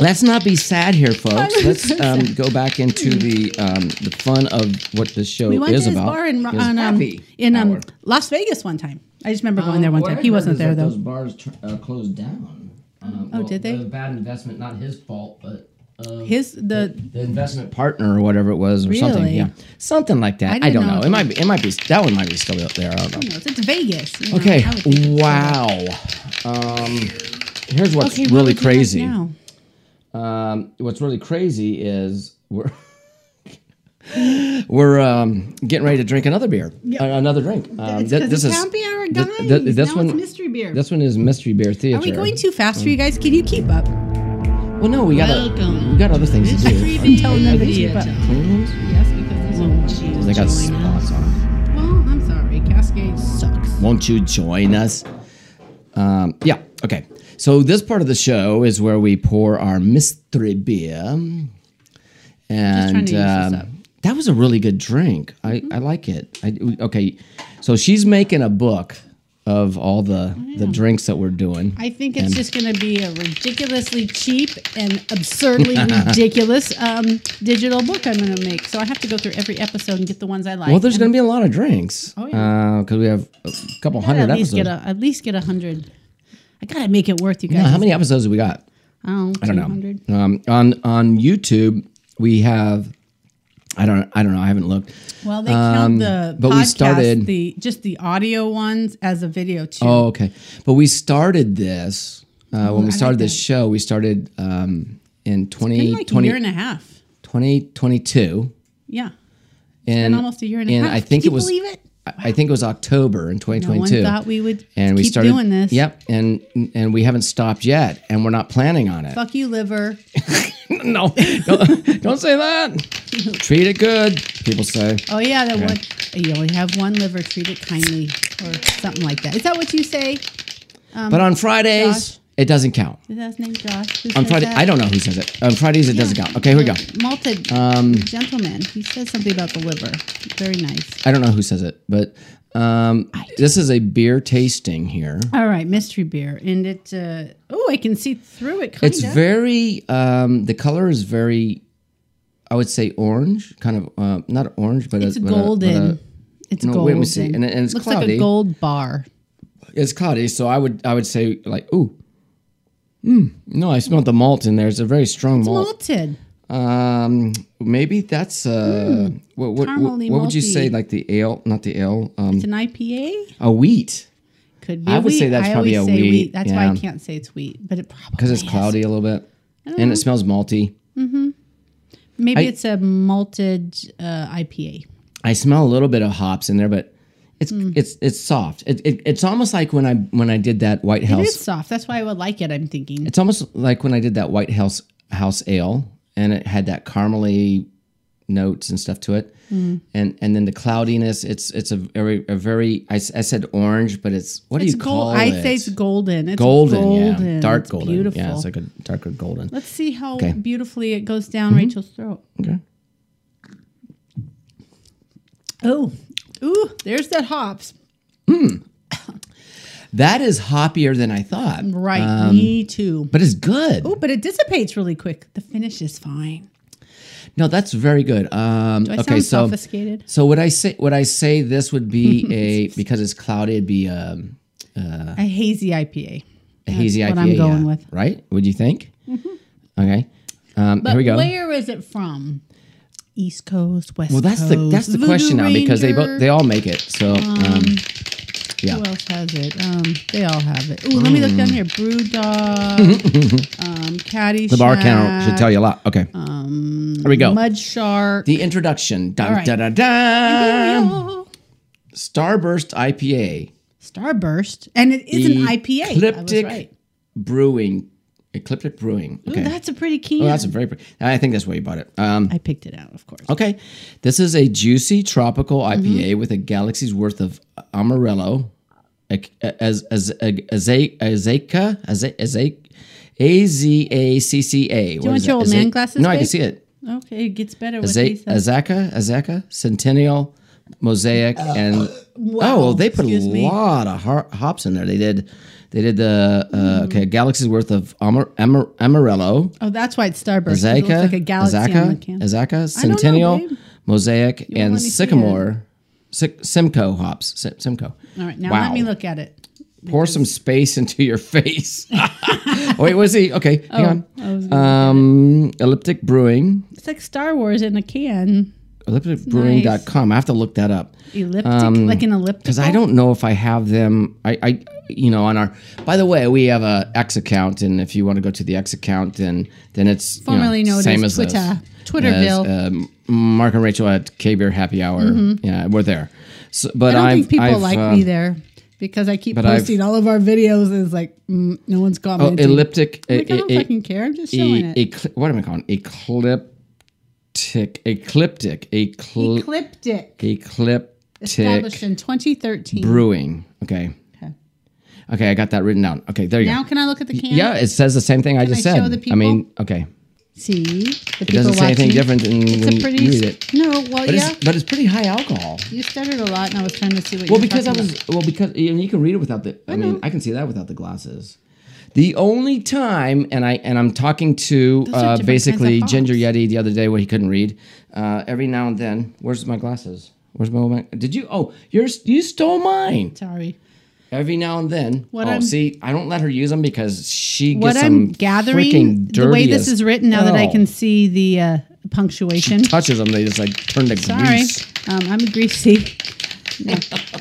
Speaker 2: Let's not be sad here, folks.
Speaker 3: I'm
Speaker 2: Let's
Speaker 3: so
Speaker 2: um, go back into the um, the fun of what this show
Speaker 3: We went
Speaker 2: is
Speaker 3: to his
Speaker 2: about.
Speaker 3: bar in,
Speaker 2: Is
Speaker 3: on, um,
Speaker 2: happy
Speaker 3: in um,
Speaker 2: hour.
Speaker 3: Las Vegas one time. I just remember going
Speaker 2: Um,
Speaker 3: there one
Speaker 2: what
Speaker 3: time.
Speaker 2: I
Speaker 3: He
Speaker 2: heard
Speaker 3: wasn't
Speaker 2: is
Speaker 3: there
Speaker 2: that
Speaker 3: though.
Speaker 2: Those bars tr- uh, closed down. Um,
Speaker 3: Oh, did they?
Speaker 2: A bad investment, not his fault, but uh,
Speaker 3: His the
Speaker 2: the investment partner or whatever it was, or something.
Speaker 3: Really?
Speaker 2: Yeah, something like that.
Speaker 3: I
Speaker 2: I,
Speaker 3: didn't
Speaker 2: don't
Speaker 3: know
Speaker 2: know.
Speaker 3: if
Speaker 2: It
Speaker 3: it
Speaker 2: might be. It might be. That one might be still up there. I don't know.
Speaker 3: you know, it's Vegas. you know,
Speaker 2: Okay.
Speaker 3: I would think it's Vegas.
Speaker 2: Wow. Um, here's what's
Speaker 3: Okay, what
Speaker 2: really
Speaker 3: would you like
Speaker 2: crazy.
Speaker 3: now?
Speaker 2: Um, what's really crazy is we're we're um, getting ready to drink another beer, a- another drink. Um,
Speaker 3: It's
Speaker 2: thi-
Speaker 3: 'cause it's happy hour,
Speaker 2: thi- thi-
Speaker 3: guys. Now it's mystery beer.
Speaker 2: This one is mystery beer theater.
Speaker 3: Are we going too fast for you guys? Can you keep up?
Speaker 2: Well, no, we got
Speaker 1: Welcome.
Speaker 2: we got other things to do.
Speaker 1: Mystery
Speaker 2: Are-
Speaker 1: beer
Speaker 2: are- are these
Speaker 3: theater.
Speaker 2: clean ones?
Speaker 3: Yes, because
Speaker 1: Won't
Speaker 3: these are.
Speaker 1: you
Speaker 2: They
Speaker 1: join
Speaker 2: got
Speaker 1: us?
Speaker 2: spots on. 'em.
Speaker 3: Well, I'm sorry. Cascade sucks.
Speaker 2: Won't you join us? Um, yeah, okay. So, this part of the show is where we pour our mystery beer. And
Speaker 3: trying to use this
Speaker 2: um,
Speaker 3: up. Mm-hmm.
Speaker 2: that was a really good drink. I, I like it. I, okay, so she's making a book of all the, the drinks that we're doing.
Speaker 3: Oh, I think it's just going to be a ridiculously cheap and absurdly ridiculous um, digital book I'm going to make. So I have to go through every episode and get the ones I like.
Speaker 2: well, there's
Speaker 3: and
Speaker 2: going to be a lot of drinks.
Speaker 3: Oh, yeah.
Speaker 2: Because we have a couple
Speaker 3: I gotta
Speaker 2: hundred
Speaker 3: at least
Speaker 2: episodes.
Speaker 3: get a at least get a hundred. I gotta make it worth you guys.
Speaker 2: Now, Uh, how many episodes do we got?
Speaker 3: Oh,
Speaker 2: I don't know. Um, on on YouTube, we have I don't I don't know. I haven't looked.
Speaker 3: Well, they count
Speaker 2: Um,
Speaker 3: the
Speaker 2: but
Speaker 3: podcast,
Speaker 2: we started-
Speaker 3: the just the audio ones as a video too.
Speaker 2: Oh, okay. But we started this uh, when we started
Speaker 3: Mm, like
Speaker 2: this
Speaker 3: that.
Speaker 2: show. We started um, in
Speaker 3: Been
Speaker 2: 20,
Speaker 3: like a
Speaker 2: 20
Speaker 3: year and a half.
Speaker 2: 2022.
Speaker 3: Yeah,
Speaker 2: And
Speaker 3: been almost a year and a half.
Speaker 2: I think
Speaker 3: Can
Speaker 2: it was.
Speaker 3: You believe it?
Speaker 2: I, I think it was October in twenty
Speaker 3: No
Speaker 2: twenty
Speaker 3: one
Speaker 2: two.
Speaker 3: thought we would
Speaker 2: And we
Speaker 3: keep
Speaker 2: started
Speaker 3: doing this.
Speaker 2: Yep, and and we haven't stopped yet, and we're not planning on it.
Speaker 3: Fuck you, liver.
Speaker 2: No, don't, don't say that. Treat it good, people say.
Speaker 3: Oh yeah, that one. You only have one liver. Treat it kindly, or something like that. Is that what you say?
Speaker 2: But on Fridays,
Speaker 3: Um, Josh.
Speaker 2: it doesn't count.
Speaker 3: Is that his name, Josh? Who
Speaker 2: On
Speaker 3: says
Speaker 2: Friday,
Speaker 3: that?
Speaker 2: I don't know who says it. On Fridays, it doesn't
Speaker 3: Yeah,
Speaker 2: count. Okay, here we go. Um,
Speaker 3: the Malted gentleman. He says something about the liver. Very nice.
Speaker 2: I don't know who says it, but um, this is a beer tasting here.
Speaker 3: All right, mystery beer, and it. Uh, oh, I can see through it. Kind
Speaker 2: It's
Speaker 3: of.
Speaker 2: very. Um, the color is very. I would say orange, kind of uh, not orange, but
Speaker 3: It's
Speaker 2: a, but a- but
Speaker 3: golden.
Speaker 2: a-
Speaker 3: it's
Speaker 2: no,
Speaker 3: golden.
Speaker 2: wait, let me see. And it- and it's
Speaker 3: looks like
Speaker 2: cloudy.
Speaker 3: a gold bar.
Speaker 2: it's cloudy, so I would I would say like ooh, mm, no, I smelled the malt in there. It's a very strong malt.
Speaker 3: Malted.
Speaker 2: Um, maybe that's uh, what what, what,
Speaker 3: Mm, Caramely
Speaker 2: what would you
Speaker 3: malty.
Speaker 2: say like the ale? Not the ale. Um,
Speaker 3: It's an IPA.
Speaker 2: a wheat.
Speaker 3: Could be.
Speaker 2: I
Speaker 3: a
Speaker 2: would say
Speaker 3: wheat.
Speaker 2: that's
Speaker 3: I
Speaker 2: probably
Speaker 3: always
Speaker 2: a
Speaker 3: say
Speaker 2: wheat,
Speaker 3: That's why
Speaker 2: yeah.
Speaker 3: I can't say it's wheat, but it probably
Speaker 2: because it's
Speaker 3: is.
Speaker 2: cloudy a little bit, and it smells malty.
Speaker 3: Maybe
Speaker 2: I-
Speaker 3: it's a malted uh, IPA.
Speaker 2: I smell a little bit of hops in there, but it's
Speaker 3: Hmm.
Speaker 2: it's it's soft. It, it, it's almost like when I when I did that White
Speaker 3: It
Speaker 2: House.
Speaker 3: is soft. That's why I would like it. I'm thinking.
Speaker 2: It's almost like when I did that White House House Ale, and it had that caramely notes and stuff to it,
Speaker 3: Hmm.
Speaker 2: and and then the cloudiness. It's it's a very a very I, s- I said orange, but it's what do
Speaker 3: It's
Speaker 2: you
Speaker 3: gold.
Speaker 2: call
Speaker 3: I
Speaker 2: it?
Speaker 3: say it's golden. It's
Speaker 2: golden, yeah,
Speaker 3: golden.
Speaker 2: dark
Speaker 3: It's
Speaker 2: golden.
Speaker 3: Beautiful.
Speaker 2: Yeah, it's like a darker golden.
Speaker 3: Let's see how
Speaker 2: Okay. Mm-hmm.
Speaker 3: beautifully it goes down Rachel's throat.
Speaker 2: Okay.
Speaker 3: Oh, ooh, there's that hops.
Speaker 2: That is hoppier than I thought,
Speaker 3: Right,
Speaker 2: Um,
Speaker 3: me too.
Speaker 2: but it's good.
Speaker 3: But it dissipates really quick. The finish is fine.
Speaker 2: No, that's very good. Um,
Speaker 3: Do I
Speaker 2: okay,
Speaker 3: sound
Speaker 2: so
Speaker 3: sophisticated?
Speaker 2: so would I say would I say this would be a because it's cloudy, it'd be um,
Speaker 3: A hazy IPA.
Speaker 2: a hazy
Speaker 3: what
Speaker 2: IPA.
Speaker 3: I'm going
Speaker 2: yeah.
Speaker 3: with.
Speaker 2: right? Would you think? Okay, um,
Speaker 3: But
Speaker 2: here we go.
Speaker 3: Uh, where is it from? East Coast, West
Speaker 2: well,
Speaker 3: Coast.
Speaker 2: that's the that's the question now because they both they all make it. So um, yeah. Mm.
Speaker 3: Who else has it? Um, they all have it. Ooh, let me look down here. Brewdog, um, Caddy.
Speaker 2: the bar count should tell you a lot. Okay, here we go.
Speaker 3: Um, Mud Shark.
Speaker 2: the introduction. Dun,
Speaker 3: right.
Speaker 2: dun, dun, dun.
Speaker 3: Oh,
Speaker 2: Starburst IPA.
Speaker 3: Starburst, and it is an IPA.
Speaker 2: Ecliptic
Speaker 3: I was right.
Speaker 2: Brewing. Ecliptic Brewing.
Speaker 3: Ooh,
Speaker 2: Okay.
Speaker 3: that's a pretty can.
Speaker 2: Oh, that's a very. pretty- I think that's where you bought it. Um,
Speaker 3: I picked it out, of course.
Speaker 2: okay, this is a juicy tropical
Speaker 3: Mm-hmm.
Speaker 2: IPA with a galaxy's worth of amarillo, ac- as as azaca azaca azaca a z a c c a. Do
Speaker 3: want your old man glasses,
Speaker 2: No, I can
Speaker 3: babe?
Speaker 2: see it.
Speaker 3: Okay, it gets better with
Speaker 2: Aza-
Speaker 3: these. uh, these.
Speaker 2: Azaca azaca centennial. Mosaic and oh, well, they put a
Speaker 3: Uh, excuse me.
Speaker 2: lot of har- hops in there. They did, they did the uh,
Speaker 3: Mm.
Speaker 2: okay, galaxy's worth of amar- amar- amarillo,
Speaker 3: Oh, that's why it's Starburst. 'cause It looks
Speaker 2: Azaka,
Speaker 3: like a galaxy on the can.
Speaker 2: Azaka,
Speaker 3: don't know,
Speaker 2: Centennial,
Speaker 3: babe.
Speaker 2: Mosaic, and
Speaker 3: let me see
Speaker 2: Sycamore, Sy- Simcoe hops. Sy- Simcoe.
Speaker 3: All right, now
Speaker 2: Wow.
Speaker 3: let me look at it.
Speaker 2: Pour some space into your face. Wait, was he? Okay, hang
Speaker 3: I Oh, was
Speaker 2: on. Um, Elliptic Brewing,
Speaker 3: It's like Star Wars in a can.
Speaker 2: ellipticbrewing.com. I have to look that up.
Speaker 3: Elliptic, like an elliptic.
Speaker 2: Um, because I don't know if I have them. I, I, you know, on our. By the way, we have a X account, and if you want to go to the X account, then then it's you know,
Speaker 3: Formerly known
Speaker 2: same
Speaker 3: as
Speaker 2: this.
Speaker 3: Twitter. Twitterville.
Speaker 2: As, um, Mark and Rachel at K Beer Happy Hour. Yeah, we're there. So, but
Speaker 3: Mm-hmm. I don't
Speaker 2: I've-
Speaker 3: think people
Speaker 2: I've,
Speaker 3: like
Speaker 2: uh,
Speaker 3: me there because I keep
Speaker 2: I've- Oh,
Speaker 3: posting all of our videos. And it's like mm, no one's commenting.
Speaker 2: Elliptic.
Speaker 3: like, I don't
Speaker 2: e- e-
Speaker 3: fucking care. I'm just
Speaker 2: e-
Speaker 3: showing it.
Speaker 2: ecl- what am I calling? it? Ecliptic. Ecliptic. Ecl-
Speaker 3: Ecliptic, established
Speaker 2: ecliptic
Speaker 3: in 2013.
Speaker 2: brewing. Okay.
Speaker 3: Okay.
Speaker 2: Okay, I got that written down. Okay, there you go.
Speaker 3: Now can I look at the can?
Speaker 2: Yeah, it says the same thing I just
Speaker 3: I
Speaker 2: said.
Speaker 3: show the
Speaker 2: I mean, okay,
Speaker 3: See, the
Speaker 2: it doesn't say anything different than
Speaker 3: It's
Speaker 2: when
Speaker 3: a pretty.
Speaker 2: you read it.
Speaker 3: No, well,
Speaker 2: But,
Speaker 3: yeah.
Speaker 2: it's, but it's pretty high alcohol.
Speaker 3: You stuttered a lot, and I was trying to see what.
Speaker 2: Well,
Speaker 3: you were
Speaker 2: because I
Speaker 3: talking
Speaker 2: was well because and you can read it without the. I mean, I can see that without the glasses. The only time, and I and I'm talking to
Speaker 3: are
Speaker 2: uh,
Speaker 3: different
Speaker 2: basically
Speaker 3: kinds of
Speaker 2: Ginger Yeti the other day where he couldn't read. Uh, every now and then, where's my glasses? Where's my, my did you? Oh, yours you stole mine.
Speaker 3: about. Sorry.
Speaker 2: Every now and then.
Speaker 3: What
Speaker 2: oh,
Speaker 3: I'm-
Speaker 2: see, I don't let her use them because she
Speaker 3: What
Speaker 2: gets
Speaker 3: I'm
Speaker 2: them
Speaker 3: gathering,
Speaker 2: freaking
Speaker 3: the way
Speaker 2: dirty
Speaker 3: this
Speaker 2: as
Speaker 3: is written, now that I
Speaker 2: hell.
Speaker 3: can see the uh, punctuation.
Speaker 2: touches them, they just like turn to
Speaker 3: Sorry,
Speaker 2: grease.
Speaker 3: um, I'm greasy. No,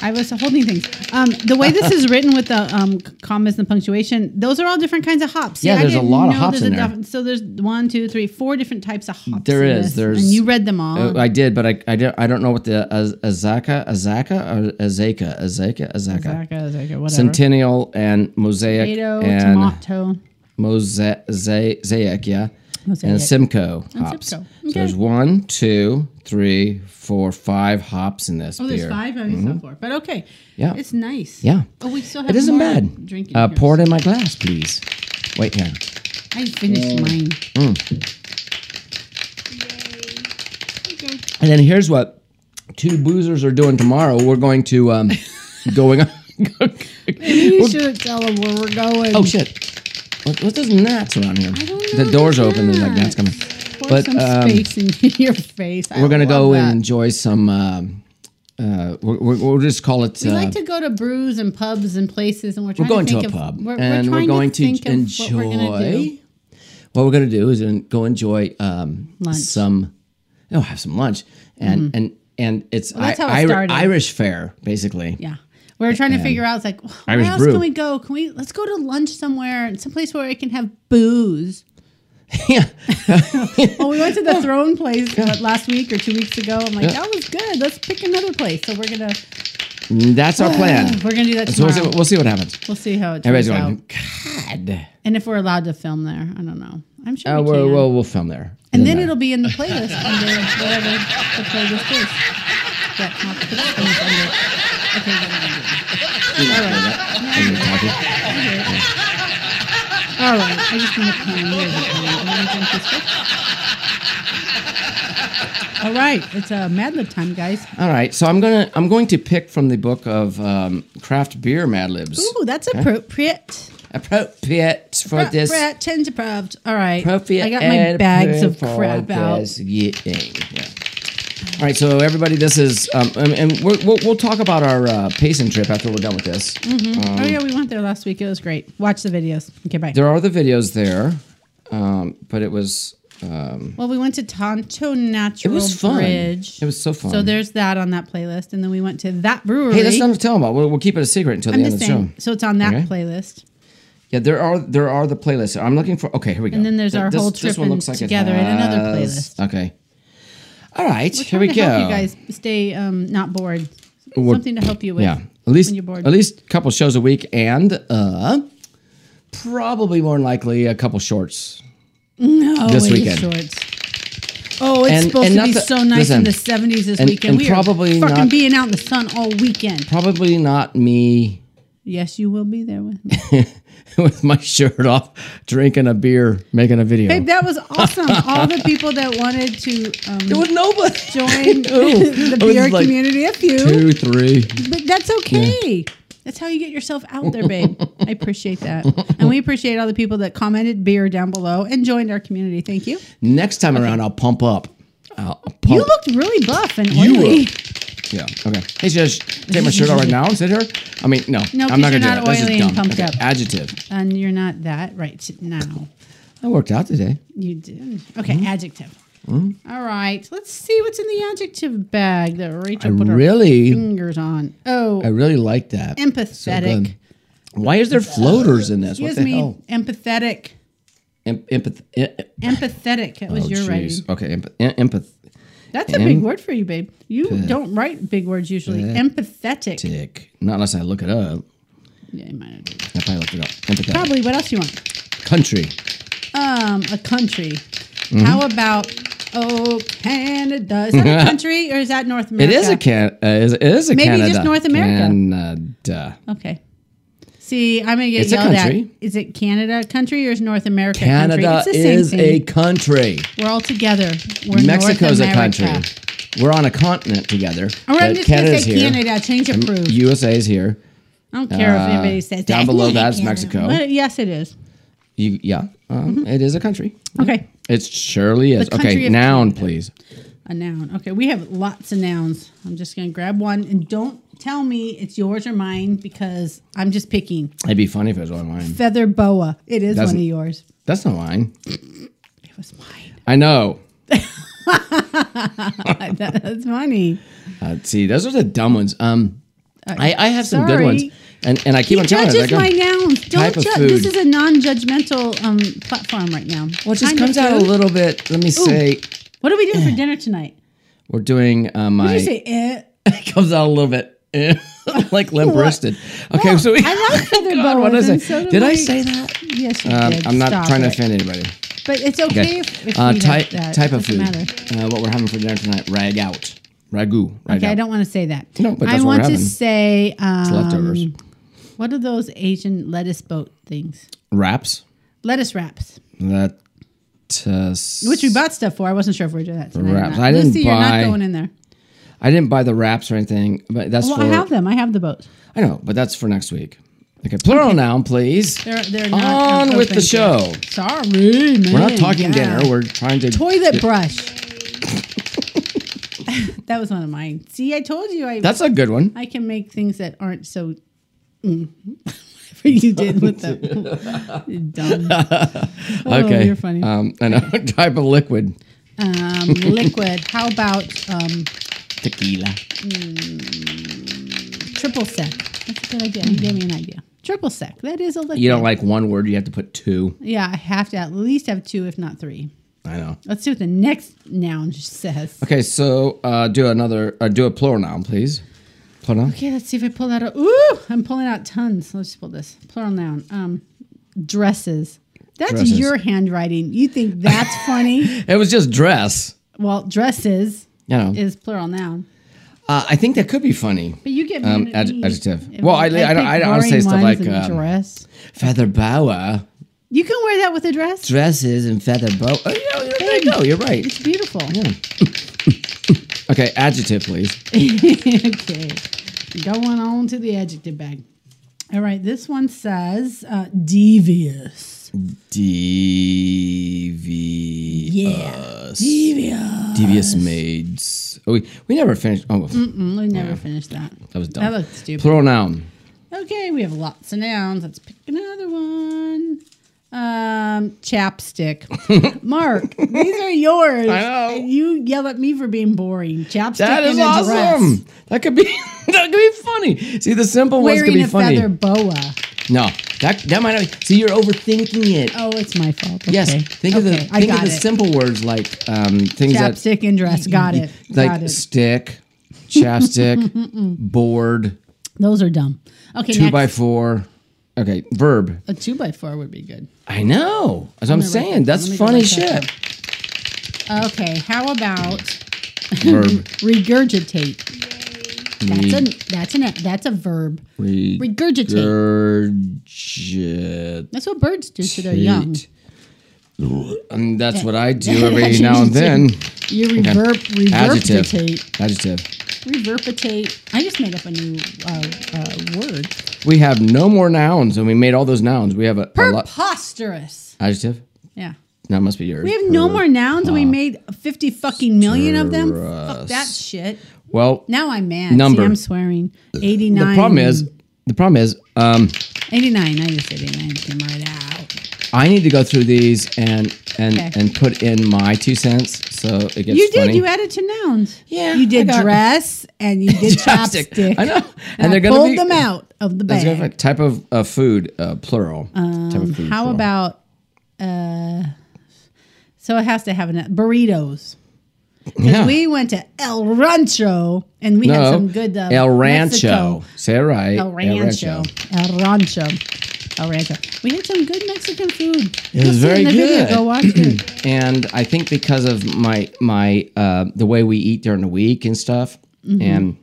Speaker 3: I was holding things. Um, the way this is written with the um, c- commas and punctuation, those are all different kinds of hops. See,
Speaker 2: Yeah,
Speaker 3: I
Speaker 2: there's a
Speaker 3: didn't
Speaker 2: lot of
Speaker 3: know
Speaker 2: hops
Speaker 3: there's
Speaker 2: in
Speaker 3: a
Speaker 2: there.
Speaker 3: different- So there's one, two, three, four different types of hops.
Speaker 2: There
Speaker 3: in
Speaker 2: is,
Speaker 3: this,
Speaker 2: there's-
Speaker 3: and you read them all.
Speaker 2: Uh, I did, but I I don't, I don't know what the Az- Azaka Azaka or Azaka Azaka Azaka
Speaker 3: Zacca, Zacca, whatever.
Speaker 2: Centennial and Mosaic
Speaker 3: Tomato,
Speaker 2: and
Speaker 3: tomato.
Speaker 2: Mosa- Za- Zaic, yeah,
Speaker 3: Mosaic.
Speaker 2: and Simcoe hops.
Speaker 3: Simcoe.
Speaker 2: So there's one, two, three, four, five hops in this
Speaker 3: Oh,
Speaker 2: beer.
Speaker 3: there's five. I saw four, but okay.
Speaker 2: Mm-hmm. Yeah.
Speaker 3: it's nice.
Speaker 2: Yeah,
Speaker 3: Oh, we still have.
Speaker 2: it isn't
Speaker 3: more
Speaker 2: bad.
Speaker 3: Drinking.
Speaker 2: Uh,
Speaker 3: here.
Speaker 2: pour it in my glass, please. Wait here.
Speaker 3: I finished mine.
Speaker 2: And then here's what two boozers are doing tomorrow. We're going to um, going.
Speaker 3: You should tell them where we're going.
Speaker 2: Oh shit! What, what does gnats around here?
Speaker 3: I don't know
Speaker 2: the doors
Speaker 3: the
Speaker 2: open. There's like gnats
Speaker 3: gnats.
Speaker 2: coming.
Speaker 3: Pour
Speaker 2: But
Speaker 3: some
Speaker 2: um,
Speaker 3: space in your face. I
Speaker 2: we're gonna go
Speaker 3: love that.
Speaker 2: and enjoy some. Um, uh, we're, we're, we'll just call it.
Speaker 3: We
Speaker 2: uh,
Speaker 3: like to go to brews and pubs and places, and we're
Speaker 2: we're
Speaker 3: trying
Speaker 2: going to,
Speaker 3: think
Speaker 2: a
Speaker 3: of-
Speaker 2: pub,
Speaker 3: we're,
Speaker 2: and we're,
Speaker 3: trying
Speaker 2: going to,
Speaker 3: think of
Speaker 2: enjoy.
Speaker 3: What we're gonna do.
Speaker 2: What we're gonna do is en- go enjoy um,
Speaker 3: Lunch. Mm-hmm.
Speaker 2: some. Oh, have some lunch and and and it's
Speaker 3: that's
Speaker 2: I,
Speaker 3: how it
Speaker 2: Iri-
Speaker 3: started.
Speaker 2: Irish fare basically.
Speaker 3: Yeah. We were trying to figure out, it's like, where
Speaker 2: Irish
Speaker 3: else
Speaker 2: brew.
Speaker 3: can we go? Can we, let's go to lunch somewhere, and someplace where I can have booze.
Speaker 2: yeah.
Speaker 3: Well, we went to the Throne place what, last week or two weeks ago. I'm like, that was good. Let's pick another place. So we're gonna
Speaker 2: That's our plan.
Speaker 3: we're gonna do that
Speaker 2: So we'll
Speaker 3: tomorrow.
Speaker 2: see, we'll see what happens.
Speaker 3: we'll see how it
Speaker 2: Everybody's
Speaker 3: turns out.
Speaker 2: going, God.
Speaker 3: And if we're allowed to film there, I don't know. I'm sure
Speaker 2: Uh,
Speaker 3: we
Speaker 2: we'll,
Speaker 3: can.
Speaker 2: we'll, we'll film there.
Speaker 3: and then it'll be in the playlist under whatever the playlist is. But not the playlist under. Okay, what am I
Speaker 2: it'll.
Speaker 3: doing? All right, I just want to plan a little bit. I'm gonna drink this first. All right, it's a uh, Mad Lib time, guys.
Speaker 2: All right. So I'm gonna I'm going to pick from the book of um, craft beer Mad Libs.
Speaker 3: Ooh, that's appropriate.
Speaker 2: Appropriate for this.
Speaker 3: Brett, tens approved. All right.
Speaker 2: Appropriate.
Speaker 3: I got my
Speaker 2: and
Speaker 3: bags of
Speaker 2: for
Speaker 3: crap out.
Speaker 2: this eating. Yeah. All right, so everybody, this is, um, and, and we're, we'll, we'll talk about our uh, pacing trip after we're done with this. Uh,
Speaker 3: oh yeah, we went there last week. It was great. Watch the videos. Okay, bye.
Speaker 2: There are the videos there, um, but it was um,
Speaker 3: Well, we went to Tonto Natural
Speaker 2: It was fun.
Speaker 3: Bridge.
Speaker 2: It was so fun.
Speaker 3: So there's that on that playlist, and then we went to that brewery.
Speaker 2: hey, that's not to tell them about. We'll, we'll keep it a secret until
Speaker 3: I'm
Speaker 2: the end
Speaker 3: just
Speaker 2: of the
Speaker 3: saying.
Speaker 2: show.
Speaker 3: So it's on that
Speaker 2: Okay.
Speaker 3: playlist,
Speaker 2: Yeah, there are there are the playlists. I'm looking for. Okay, here we go.
Speaker 3: and then there's
Speaker 2: Th-
Speaker 3: our
Speaker 2: this-
Speaker 3: whole
Speaker 2: this
Speaker 3: trip
Speaker 2: one
Speaker 3: in
Speaker 2: looks like it
Speaker 3: together in another
Speaker 2: has-
Speaker 3: playlist.
Speaker 2: Okay. All right, here
Speaker 3: Trying
Speaker 2: we
Speaker 3: to
Speaker 2: go.
Speaker 3: Help you guys stay um, not bored.
Speaker 2: We're-
Speaker 3: Something to help you with.
Speaker 2: Yeah, at least
Speaker 3: when you're bored.
Speaker 2: at least a couple shows a week, and uh, probably more than likely a couple shorts.
Speaker 3: no,
Speaker 2: this
Speaker 3: it's
Speaker 2: weekend.
Speaker 3: Shorts. Oh, it's
Speaker 2: And-
Speaker 3: supposed
Speaker 2: and
Speaker 3: to
Speaker 2: not
Speaker 3: be
Speaker 2: the-
Speaker 3: so nice
Speaker 2: listen,
Speaker 3: in the 70s this
Speaker 2: and-
Speaker 3: weekend.
Speaker 2: and
Speaker 3: we
Speaker 2: probably
Speaker 3: are fucking
Speaker 2: not-
Speaker 3: being out in the sun all weekend.
Speaker 2: Probably not me
Speaker 3: Yes, you will be there with me.
Speaker 2: with my shirt off, drinking a beer, making a video.
Speaker 3: Babe, that was awesome. all the people that wanted to um,
Speaker 2: there was nobody.
Speaker 3: join the
Speaker 2: I was
Speaker 3: beer
Speaker 2: like,
Speaker 3: community if you.
Speaker 2: Two, three.
Speaker 3: But that's okay. That's how you get yourself out there, babe. I appreciate that. And we appreciate all the people that commented beer down below and joined our community. Thank you.
Speaker 2: Next time around, I'll pump up. I'll, I'll pump.
Speaker 3: You looked really buff and
Speaker 2: You
Speaker 3: oily.
Speaker 2: were. Yeah. Okay. Hey, just take my shirt off right now and sit here. I mean, no.
Speaker 3: No, 'cause
Speaker 2: I'm not
Speaker 3: you're
Speaker 2: gonna do that.
Speaker 3: not
Speaker 2: This
Speaker 3: oily
Speaker 2: is
Speaker 3: and
Speaker 2: dumb.
Speaker 3: pumped
Speaker 2: Okay,
Speaker 3: up.
Speaker 2: Adjective.
Speaker 3: And you're not that right now.
Speaker 2: I worked out today.
Speaker 3: You did. Okay,
Speaker 2: Hmm?
Speaker 3: adjective. All right. Let's see what's in the adjective bag that Rachel put her
Speaker 2: Really,
Speaker 3: fingers on. Oh,
Speaker 2: I really like that. So
Speaker 3: empathetic.
Speaker 2: good. Why is there floaters in this?
Speaker 3: Excuse
Speaker 2: what the
Speaker 3: me.
Speaker 2: hell?
Speaker 3: Empathetic.
Speaker 2: Em- empath. em-
Speaker 3: Empathetic. That was
Speaker 2: oh,
Speaker 3: your
Speaker 2: jeez.
Speaker 3: writing.
Speaker 2: Okay. Empath. em- e,
Speaker 3: That's a big word for you, babe. You don't write big words usually. Empathetic.
Speaker 2: Empathetic. Not unless I look it up.
Speaker 3: Yeah, you might have done that.
Speaker 2: I probably looked it up. Empathetic.
Speaker 3: Probably. What else do you want?
Speaker 2: Country.
Speaker 3: Um, a country.
Speaker 2: Mm-hmm.
Speaker 3: How about oh Canada? Is that a country or is that North
Speaker 2: It
Speaker 3: America?
Speaker 2: is a can. Uh, is, it is a
Speaker 3: Maybe
Speaker 2: Canada.
Speaker 3: just North America.
Speaker 2: Canada.
Speaker 3: Okay. See, I'm gonna get
Speaker 2: It's a
Speaker 3: yelled
Speaker 2: country.
Speaker 3: at. Is it Canada a country or is North America a
Speaker 2: Canada
Speaker 3: country? It's the same
Speaker 2: is a
Speaker 3: thing.
Speaker 2: country.
Speaker 3: We're all together. We're
Speaker 2: Mexico's
Speaker 3: North
Speaker 2: a
Speaker 3: America.
Speaker 2: country. We're on a continent together.
Speaker 3: All right, I'm
Speaker 2: but
Speaker 3: just gonna
Speaker 2: Canada's
Speaker 3: say
Speaker 2: here.
Speaker 3: Canada. Change approved.
Speaker 2: USA is here.
Speaker 3: I don't care if
Speaker 2: Uh,
Speaker 3: anybody says
Speaker 2: down
Speaker 3: that.
Speaker 2: below
Speaker 3: Yeah,
Speaker 2: that's
Speaker 3: Canada.
Speaker 2: Mexico.
Speaker 3: Well, yes, it is.
Speaker 2: You, yeah, um, it is a country.
Speaker 3: Okay.
Speaker 2: It surely is.
Speaker 3: The Mm-hmm. country
Speaker 2: Okay,
Speaker 3: of
Speaker 2: noun,
Speaker 3: Canada.
Speaker 2: please.
Speaker 3: A noun. Okay, we have lots of nouns. I'm just going to grab one and don't tell me it's yours or mine because I'm just picking.
Speaker 2: It'd be funny if it was on mine.
Speaker 3: Feather boa. It is
Speaker 2: Doesn't-
Speaker 3: one of yours.
Speaker 2: That's not mine.
Speaker 3: It was mine.
Speaker 2: I know.
Speaker 3: That's funny.
Speaker 2: Uh, see, those are the dumb ones. Um, I, I have some good
Speaker 3: sorry.
Speaker 2: ones, and and I keep on telling her
Speaker 3: Judges
Speaker 2: like,
Speaker 3: my
Speaker 2: um,
Speaker 3: nouns. Don't
Speaker 2: Type of
Speaker 3: judge. This
Speaker 2: food.
Speaker 3: is a non-judgmental um, platform right now.
Speaker 2: well, it just
Speaker 3: Kind of
Speaker 2: comes out a
Speaker 3: food.
Speaker 2: little bit. Let me say,
Speaker 3: What are we doing
Speaker 2: Eh.
Speaker 3: for dinner tonight?
Speaker 2: we're doing uh,
Speaker 3: Did
Speaker 2: my.
Speaker 3: you say eh?
Speaker 2: it comes out a little bit, eh, like limp wristed. Okay, so we,
Speaker 3: I like feather
Speaker 2: God, what
Speaker 3: boas.
Speaker 2: did I
Speaker 3: and
Speaker 2: say?
Speaker 3: so do
Speaker 2: Did I
Speaker 3: my-
Speaker 2: say that?
Speaker 3: Yes, you
Speaker 2: Um,
Speaker 3: did.
Speaker 2: I'm not
Speaker 3: Stop
Speaker 2: trying to
Speaker 3: it.
Speaker 2: offend anybody.
Speaker 3: But it's okay,
Speaker 2: Okay.
Speaker 3: if, if
Speaker 2: Uh,
Speaker 3: we
Speaker 2: type
Speaker 3: don't- that.
Speaker 2: type of
Speaker 3: Doesn't
Speaker 2: food.
Speaker 3: matter.
Speaker 2: Uh, what we're having for dinner tonight? Rag out. Ragu. Rag
Speaker 3: Okay,
Speaker 2: out.
Speaker 3: I don't want to say that.
Speaker 2: No, but
Speaker 3: I
Speaker 2: that's what we're
Speaker 3: want to
Speaker 2: having.
Speaker 3: say um,
Speaker 2: leftovers.
Speaker 3: What are those Asian lettuce boat things?
Speaker 2: Wraps.
Speaker 3: Lettuce wraps,
Speaker 2: That. Uh,
Speaker 3: which we bought stuff for. I wasn't sure if we were doing that tonight. or
Speaker 2: Wraps.
Speaker 3: not.
Speaker 2: I didn't
Speaker 3: Lucy, you're
Speaker 2: buy-
Speaker 3: not going in there.
Speaker 2: I didn't buy the wraps or anything, but that's
Speaker 3: Well,
Speaker 2: for
Speaker 3: I have them. I have the boat.
Speaker 2: I know, but that's for next week. Okay, plural noun, please.
Speaker 3: They're they're not
Speaker 2: On
Speaker 3: um,
Speaker 2: with the
Speaker 3: open yet.
Speaker 2: show.
Speaker 3: Sorry, man.
Speaker 2: We're not talking
Speaker 3: Yeah.
Speaker 2: dinner. We're trying to.
Speaker 3: Toilet brush. that was one of mine. See, I told you I
Speaker 2: That's a good one.
Speaker 3: I can make things that aren't so. Mm. Whatever you did with them. You're dumb. Oh,
Speaker 2: okay,
Speaker 3: you're funny.
Speaker 2: Um, I know type of liquid.
Speaker 3: um, liquid. How about um,
Speaker 2: Tequila.
Speaker 3: triple sec? That's a good idea. You gave me an idea. Triple sec. That is a liquid.
Speaker 2: You don't like one word, you have to put two.
Speaker 3: Yeah, I have to at least have two, if not three.
Speaker 2: I know.
Speaker 3: Let's see what the next noun says.
Speaker 2: Okay, so uh, do another, uh, do a plural noun, please. Plural noun?
Speaker 3: Okay, let's see if I pull that out. Ooh, I'm pulling out tons. Let's pull this. Plural noun. Um, dresses. That's
Speaker 2: Dresses.
Speaker 3: your handwriting. You think that's funny?
Speaker 2: It was just dress.
Speaker 3: Well, dresses
Speaker 2: You know,
Speaker 3: is plural noun.
Speaker 2: uh, I think that could be funny.
Speaker 3: But you get
Speaker 2: Um,
Speaker 3: mad at
Speaker 2: ad-
Speaker 3: me
Speaker 2: adjective.
Speaker 3: if
Speaker 2: Well, I- I don't-
Speaker 3: pick
Speaker 2: I don't wanna say
Speaker 3: boring
Speaker 2: stuff
Speaker 3: ones
Speaker 2: like,
Speaker 3: and
Speaker 2: um,
Speaker 3: dress.
Speaker 2: Feather boa,
Speaker 3: You can wear that with a dress.
Speaker 2: dresses and feather boa. Oh, you know, there you go. You're right.
Speaker 3: It's beautiful.
Speaker 2: Okay, adjective, please.
Speaker 3: okay, going on to the adjective bag. All right, this one says uh, devious.
Speaker 2: Devious.
Speaker 3: Yeah, devious.
Speaker 2: Devious maids. Oh, we, we never finished. Oh,
Speaker 3: Mm, we never finished that.
Speaker 2: that was dumb.
Speaker 3: That looked stupid.
Speaker 2: Plural noun.
Speaker 3: Okay, we have lots of nouns. Let's pick another one. Um, chapstick. Mark, these are yours.
Speaker 2: I know.
Speaker 3: And you yell at me for being boring. Chapstick
Speaker 2: That is
Speaker 3: and a dress.
Speaker 2: awesome. That could be that could be funny. See, the simple ones could
Speaker 3: Wearing
Speaker 2: be
Speaker 3: a
Speaker 2: funny.
Speaker 3: feather boa.
Speaker 2: No, that that might not. See, you're overthinking it.
Speaker 3: Oh, it's my fault. Okay.
Speaker 2: Yes, think of the
Speaker 3: Okay, I
Speaker 2: think of
Speaker 3: got
Speaker 2: the
Speaker 3: it.
Speaker 2: simple words like um, things that
Speaker 3: Chapstick and dress. Got it.
Speaker 2: like
Speaker 3: Got it.
Speaker 2: stick, chapstick, board,
Speaker 3: Those are dumb. Okay,
Speaker 2: two
Speaker 3: next.
Speaker 2: by four. Okay, verb.
Speaker 3: a two by four would be good.
Speaker 2: I know. That's what I'm
Speaker 3: gonna write
Speaker 2: saying.
Speaker 3: that down.
Speaker 2: That's
Speaker 3: Let me go
Speaker 2: funny
Speaker 3: write that
Speaker 2: shit.
Speaker 3: Okay, how about
Speaker 2: verb.
Speaker 3: regurgitate? That's a that's an that's a verb.
Speaker 2: Re-
Speaker 3: Regurgitate.
Speaker 2: regurgitate.
Speaker 3: That's what birds do to their young.
Speaker 2: And Um, that's what I do every now and then.
Speaker 3: You reverb,
Speaker 2: Adjective.
Speaker 3: reverbitate,
Speaker 2: Adjective.
Speaker 3: reverbitate. I just made up a new uh, uh, word.
Speaker 2: We have no more nouns, and we made all those nouns. We have a, a lot.
Speaker 3: Preposterous.
Speaker 2: Adjective.
Speaker 3: Yeah.
Speaker 2: That must be yours.
Speaker 3: We have no more nouns, and we made fifty fucking million of them. Fuck that
Speaker 2: Preposterous.
Speaker 3: shit.
Speaker 2: Well,
Speaker 3: Now I'm mad.
Speaker 2: Number.
Speaker 3: See, I'm swearing. Eighty
Speaker 2: the
Speaker 3: nine.
Speaker 2: problem is, the problem is, um,
Speaker 3: eighty nine. I just said eighty nine. Came right out.
Speaker 2: I need to go through these and and
Speaker 3: Okay.
Speaker 2: and put in my two cents, so it gets
Speaker 3: you did.
Speaker 2: funny.
Speaker 3: You added to nouns.
Speaker 2: Yeah,
Speaker 3: You did
Speaker 2: I got-
Speaker 3: dress, and you did
Speaker 2: Chapstick.
Speaker 3: chapstick.
Speaker 2: I know. And
Speaker 3: And,
Speaker 2: they're
Speaker 3: I
Speaker 2: gonna
Speaker 3: pulled
Speaker 2: be-
Speaker 3: them out of the
Speaker 2: That's a
Speaker 3: bag.
Speaker 2: different type of uh, food, uh, plural. type of food,
Speaker 3: How
Speaker 2: plural.
Speaker 3: about uh so it has to have an burritos. 'Cause
Speaker 2: Yeah.
Speaker 3: We went to El Rancho and we had
Speaker 2: no,
Speaker 3: some good uh,
Speaker 2: El
Speaker 3: Mexico.
Speaker 2: Rancho? Say it right.
Speaker 3: El Rancho. El Rancho. El Rancho. We had some good Mexican food. It
Speaker 2: was very
Speaker 3: in the Video.
Speaker 2: good.
Speaker 3: Go watch it.
Speaker 2: and I think because of my my uh, the way we eat during the week and stuff, and
Speaker 3: Mm-hmm.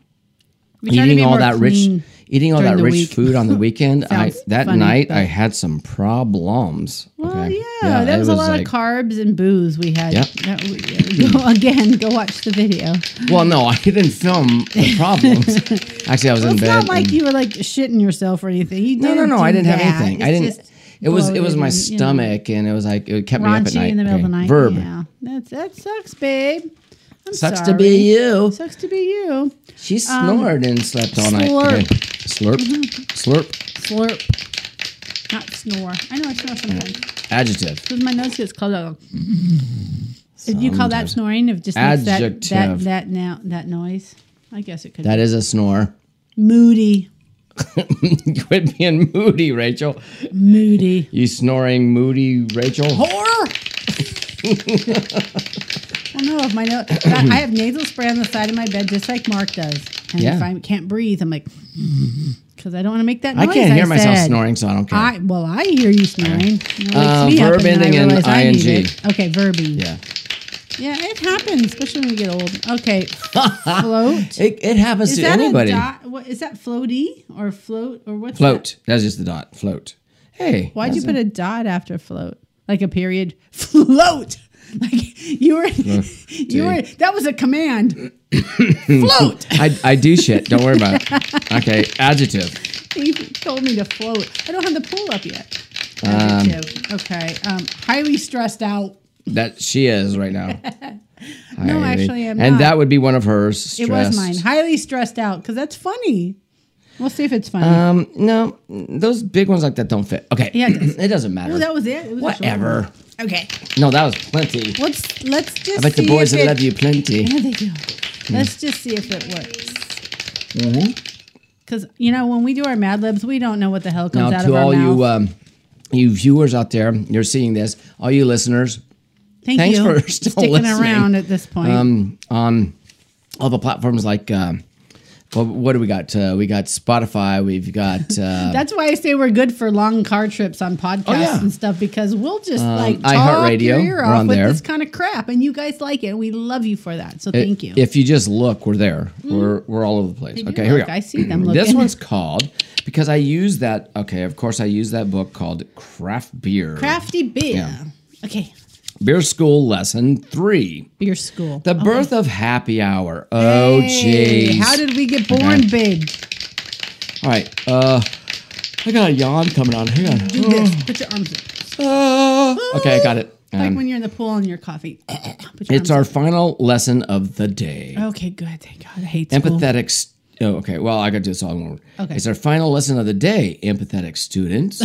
Speaker 3: We try to
Speaker 2: eating
Speaker 3: be
Speaker 2: all
Speaker 3: more
Speaker 2: that rich
Speaker 3: clean.
Speaker 2: eating all
Speaker 3: during
Speaker 2: that
Speaker 3: the
Speaker 2: rich
Speaker 3: week.
Speaker 2: food on the weekend, I
Speaker 3: Sounds
Speaker 2: that
Speaker 3: funny,
Speaker 2: night
Speaker 3: but-
Speaker 2: I had some problems.
Speaker 3: Well,
Speaker 2: okay?
Speaker 3: yeah, there
Speaker 2: it
Speaker 3: was, a lot
Speaker 2: like-
Speaker 3: of carbs and booze we had.
Speaker 2: Yep.
Speaker 3: That we- go, again, go watch the video.
Speaker 2: Well, no, I didn't film the problems. Actually, I was in
Speaker 3: It's
Speaker 2: bed.
Speaker 3: not like
Speaker 2: and-
Speaker 3: you were like shitting yourself or anything. You
Speaker 2: no, no,
Speaker 3: didn't
Speaker 2: no, I
Speaker 3: do
Speaker 2: didn't
Speaker 3: that.
Speaker 2: have anything. I
Speaker 3: It's
Speaker 2: didn't.
Speaker 3: just
Speaker 2: It was it was my
Speaker 3: bloated and, you know,
Speaker 2: stomach, and it was like it kept me up at
Speaker 3: raunchy
Speaker 2: night.
Speaker 3: in the middle of the
Speaker 2: Okay,
Speaker 3: night.
Speaker 2: Verb.
Speaker 3: Yeah, that's that sucks, babe. I'm
Speaker 2: Sucks
Speaker 3: sorry.
Speaker 2: to be you.
Speaker 3: Sucks to be you.
Speaker 2: She snored and slept all night.
Speaker 3: slurp. Mm-hmm.
Speaker 2: Okay. Slurp. Slurp.
Speaker 3: Slurp, not snore. I know I snore sometimes
Speaker 2: Adjective.
Speaker 3: because my nose gets clogged up. Did you call that snoring? If just makes that that
Speaker 2: Adjective.
Speaker 3: that now that noise. I guess it could.
Speaker 2: That is a snore.
Speaker 3: be. Moody,
Speaker 2: Quit being moody, Rachel.
Speaker 3: moody.
Speaker 2: You snoring moody, Rachel.
Speaker 3: Whore. well, no, if my nose, I I have nasal spray on the side of my bed, just like Mark does. And
Speaker 2: Yeah.
Speaker 3: if I can't breathe, I'm like, because I don't want to make that
Speaker 2: I
Speaker 3: noise.
Speaker 2: can't hear myself
Speaker 3: said.
Speaker 2: snoring, so I don't care.
Speaker 3: I well, I hear you snoring. And It wakes
Speaker 2: Uh,
Speaker 3: me up
Speaker 2: verb
Speaker 3: and then
Speaker 2: ending
Speaker 3: I
Speaker 2: in
Speaker 3: realize I need
Speaker 2: ing.
Speaker 3: it. Okay, verbing. Yeah.
Speaker 2: yeah.
Speaker 3: it happens, especially when we get old. Okay, float.
Speaker 2: It, it happens
Speaker 3: Is
Speaker 2: to
Speaker 3: that
Speaker 2: anybody.
Speaker 3: a dot? What is that? Floaty or float or what's That?
Speaker 2: Float. That's just the dot. Float. Hey.
Speaker 3: Why'd you
Speaker 2: that's
Speaker 3: put a dot after float? Like a period? Float. Like you were, you were. That was a command. float.
Speaker 2: it. I, I do shit. Don't worry about it. Okay. Adjective.
Speaker 3: He told me to float. I don't have the pull up yet. Adjective. okay. Um, highly stressed out.
Speaker 2: That she is right now.
Speaker 3: No,
Speaker 2: Heidi.
Speaker 3: actually, I'm
Speaker 2: And
Speaker 3: not.
Speaker 2: that would be one of hers.
Speaker 3: It was
Speaker 2: stressed.
Speaker 3: mine. Highly stressed out because that's funny. We'll see if it's funny.
Speaker 2: Um, no, those big ones like that don't fit. Okay.
Speaker 3: Yeah, it does.
Speaker 2: it doesn't matter.
Speaker 3: oh, that was it. it was a short
Speaker 2: Whatever.
Speaker 3: one. Okay.
Speaker 2: No, that was plenty.
Speaker 3: Let's let's just.
Speaker 2: I bet the
Speaker 3: see Mm-hmm.
Speaker 2: boys
Speaker 3: if
Speaker 2: will
Speaker 3: it-
Speaker 2: love you plenty.
Speaker 3: Yeah, they do. Let's just see if it works. because you know when we do our Mad Libs, we don't know what the hell comes
Speaker 2: Now
Speaker 3: out
Speaker 2: to
Speaker 3: of our
Speaker 2: all
Speaker 3: mouth.
Speaker 2: you um, you viewers out there, you're seeing this. All you listeners,
Speaker 3: Thank
Speaker 2: thanks
Speaker 3: you
Speaker 2: for still
Speaker 3: sticking
Speaker 2: listening. Um,
Speaker 3: around at this point.
Speaker 2: on all the platforms like uh, well, what do we got? Uh, we got Spotify. We've got uh,
Speaker 3: That's why I say we're good for long car trips on podcasts
Speaker 2: Oh, yeah. Uh,
Speaker 3: and stuff because we'll just like talk
Speaker 2: iHeartRadio,
Speaker 3: your ear
Speaker 2: we're
Speaker 3: off
Speaker 2: on
Speaker 3: with
Speaker 2: there.
Speaker 3: this kind of crap, and you guys like it. and We love you for that, so thank you. Hmm.
Speaker 2: If you just look, we're there. We're we're all over the place.
Speaker 3: do
Speaker 2: Okay, here we
Speaker 3: look.
Speaker 2: go.
Speaker 3: I see them
Speaker 2: This
Speaker 3: looking.
Speaker 2: one's called because I use that. Okay, of course I use that book called Craft Beer.
Speaker 3: Crafty beer.
Speaker 2: Yeah.
Speaker 3: Okay,
Speaker 2: Beer School Lesson Three:
Speaker 3: beer school.
Speaker 2: The Birth of Happy Hour. Oh,
Speaker 3: Hey,
Speaker 2: jeez.
Speaker 3: How did we get born, babe?
Speaker 2: all right. Uh, I got a yawn coming on. Hang on.
Speaker 3: Do this. Put your arms up.
Speaker 2: Uh, okay, I got it.
Speaker 3: Like
Speaker 2: Um,
Speaker 3: when you're in the pool and your coffee. Put your
Speaker 2: it's our
Speaker 3: arms
Speaker 2: final lesson of the day.
Speaker 3: up. Okay, good. Thank God. I hate school.
Speaker 2: Empathetic. St- oh, okay. Well, I got to do this all in one. word.
Speaker 3: Okay.
Speaker 2: It's our final lesson of the day. Empathetic students.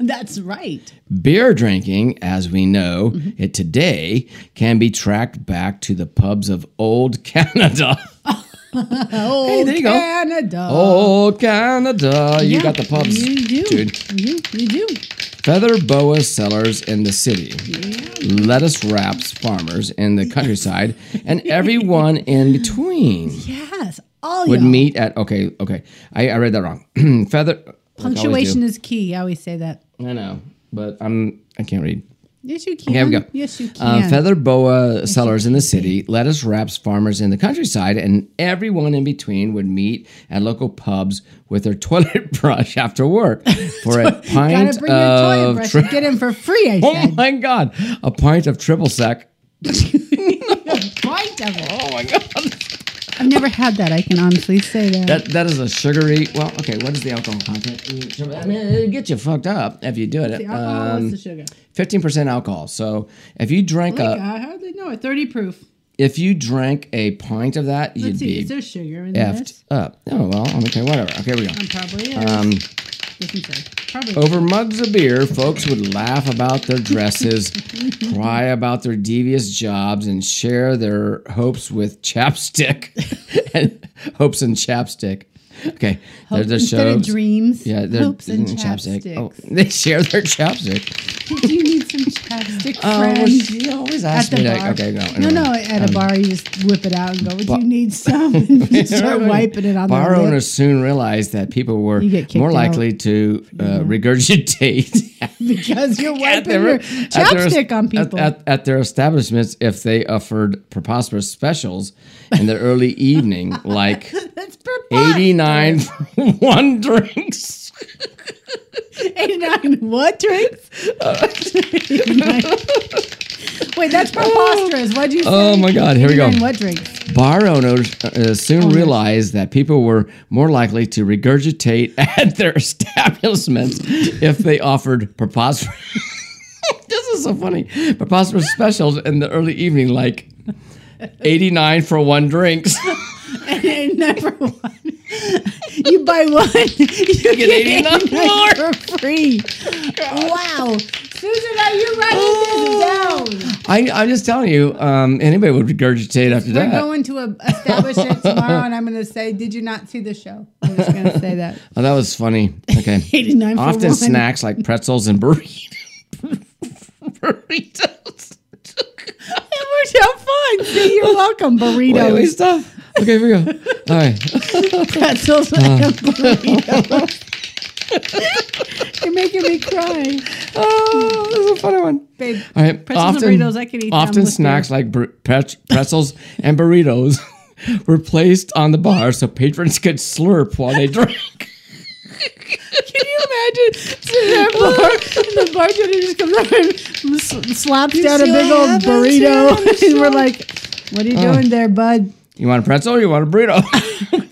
Speaker 3: That's right.
Speaker 2: Beer drinking, as we know
Speaker 3: Mm-hmm.
Speaker 2: it today, can be tracked back to the pubs of old Canada.
Speaker 3: Oh,
Speaker 2: there you go.
Speaker 3: Canada.
Speaker 2: old Canada. You
Speaker 3: Yeah,
Speaker 2: got the pubs.
Speaker 3: You do.
Speaker 2: Dude.
Speaker 3: You, you do.
Speaker 2: Feather boa sellers in the city, lettuce wraps farmers in the countryside, and everyone in between.
Speaker 3: Yes. All
Speaker 2: would
Speaker 3: y'all.
Speaker 2: meet at okay okay I, I read that wrong feather like I always do.
Speaker 3: Punctuation is key. I always say that.
Speaker 2: I know but I'm I can't read
Speaker 3: Yes, you can.
Speaker 2: here we go
Speaker 3: Yes, you can.
Speaker 2: uh, feather boa sellers in the city lettuce wraps farmers in the countryside and everyone in between would meet at local pubs with their toilet brush after work for a pint
Speaker 3: Gotta bring your toilet
Speaker 2: of
Speaker 3: brush
Speaker 2: tri-
Speaker 3: and get him for free. I
Speaker 2: oh
Speaker 3: said.
Speaker 2: my god a pint of triple sec
Speaker 3: Pint of it.
Speaker 2: oh my god
Speaker 3: I've never had that. I can honestly say that.
Speaker 2: That that is a sugary. Well, okay. What is the alcohol content? Mm, I mean, it'll get you fucked up if you do it.
Speaker 3: the alcohol
Speaker 2: Um,
Speaker 3: was the sugar.
Speaker 2: Fifteen percent alcohol. So if you drank
Speaker 3: Like,
Speaker 2: a
Speaker 3: uh, how do they know it? Thirty proof.
Speaker 2: if you drank a pint of that, you'd
Speaker 3: Let's see. Is
Speaker 2: be
Speaker 3: there sugar in
Speaker 2: effed
Speaker 3: this?
Speaker 2: up. Oh well. Okay. Whatever. Okay. Here we go.
Speaker 3: Um, probably. Is. Doesn't say. Probably.
Speaker 2: Over mugs of beer, folks would laugh about their dresses, cry about their devious jobs, and share their hopes with chapstick. and, hopes and chapstick. Okay.
Speaker 3: Hope-
Speaker 2: there's the
Speaker 3: instead of
Speaker 2: shows.
Speaker 3: dreams.
Speaker 2: Yeah, they're
Speaker 3: hopes and
Speaker 2: mm,
Speaker 3: chapstick.
Speaker 2: Oh, they share their chapstick.
Speaker 3: Do you need some chapstick,
Speaker 2: Oh,
Speaker 3: friend?
Speaker 2: she always
Speaker 3: at
Speaker 2: asks
Speaker 3: the
Speaker 2: me
Speaker 3: bar.
Speaker 2: that. Okay, no, anyway.
Speaker 3: no,
Speaker 2: Um,
Speaker 3: no. At a bar, you just whip it out and go. Would you need some? And you start wiping it on
Speaker 2: Bar
Speaker 3: their lip.
Speaker 2: owners soon realized that people were
Speaker 3: You get kicked
Speaker 2: more
Speaker 3: out.
Speaker 2: likely to uh, regurgitate
Speaker 3: because you're
Speaker 2: at
Speaker 3: wiping
Speaker 2: their-
Speaker 3: your
Speaker 2: at their-
Speaker 3: chapstick on people.
Speaker 2: at, at their establishments if they offered preposterous specials in the early evening, like
Speaker 3: That's preposterous.
Speaker 2: eighty nine for one drinks.
Speaker 3: 89 what drinks?
Speaker 2: Uh,
Speaker 3: 89. Wait, that's preposterous. What'd you say?
Speaker 2: Oh my God, here we go.
Speaker 3: 89 What drinks?
Speaker 2: Bar owners uh, soon realized that people were more likely to regurgitate at their establishments if they offered preposterous. this is so funny. Preposterous specials in the early evening, like eighty-nine for one drinks.
Speaker 3: Number one. You buy one, you get
Speaker 2: 89 more.
Speaker 3: for free. Wow. Susan, are you writing Oh. this down?
Speaker 2: I, I'm just telling you, um, anybody would regurgitate after
Speaker 3: We're
Speaker 2: that.
Speaker 3: going to a establishment tomorrow, and I'm going to say, Did you not see the show? I'm just going to say that.
Speaker 2: oh, that was funny. Okay.
Speaker 3: 89 for
Speaker 2: Often
Speaker 3: one.
Speaker 2: snacks like pretzels and burritos. burritos.
Speaker 3: It worked out fun. See, you're welcome, burritos.
Speaker 2: Wait, wait, stop. Okay, here we go. All right.
Speaker 3: pretzels and burritos. You're making me cry,
Speaker 2: Oh, this is a funny one.
Speaker 3: babe.
Speaker 2: All right.
Speaker 3: Pretzels
Speaker 2: often,
Speaker 3: and burritos, I can eat. them
Speaker 2: Often
Speaker 3: with
Speaker 2: snacks like br- pret- pretzels and burritos were placed on the bar so patrons could slurp while they drank.
Speaker 3: beer. Can you imagine sitting at a bar and the bartender just comes up and s- slaps down a
Speaker 2: see
Speaker 3: big
Speaker 2: what
Speaker 3: old
Speaker 2: happens
Speaker 3: burrito,
Speaker 2: here on the
Speaker 3: and we're like, "What are you
Speaker 2: Oh.
Speaker 3: doing there, bud?"
Speaker 2: You want a pretzel or you want a burrito?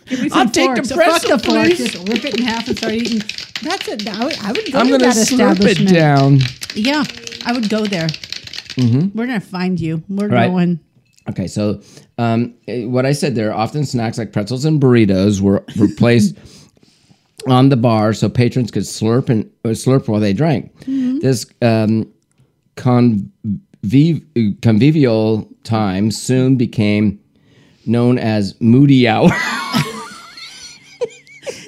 Speaker 3: Give me some
Speaker 2: I'll take the
Speaker 3: forks. Fuck
Speaker 2: pretzel,
Speaker 3: the fork.
Speaker 2: please.
Speaker 3: Just rip it in half and start eating. That's it. I would, I would go
Speaker 2: I'm
Speaker 3: to
Speaker 2: going to
Speaker 3: that
Speaker 2: slurp
Speaker 3: establishment.
Speaker 2: it down.
Speaker 3: Yeah, I would go there. We're gonna find you. We're
Speaker 2: Mm-hmm. Right.
Speaker 3: going.
Speaker 2: Okay, so um, eh, what I said there, often snacks like pretzels and burritos were were placed on the bar so patrons could slurp and uh, slurp while they drank. This um, conviv- uh, convivial time soon became known as moody hour.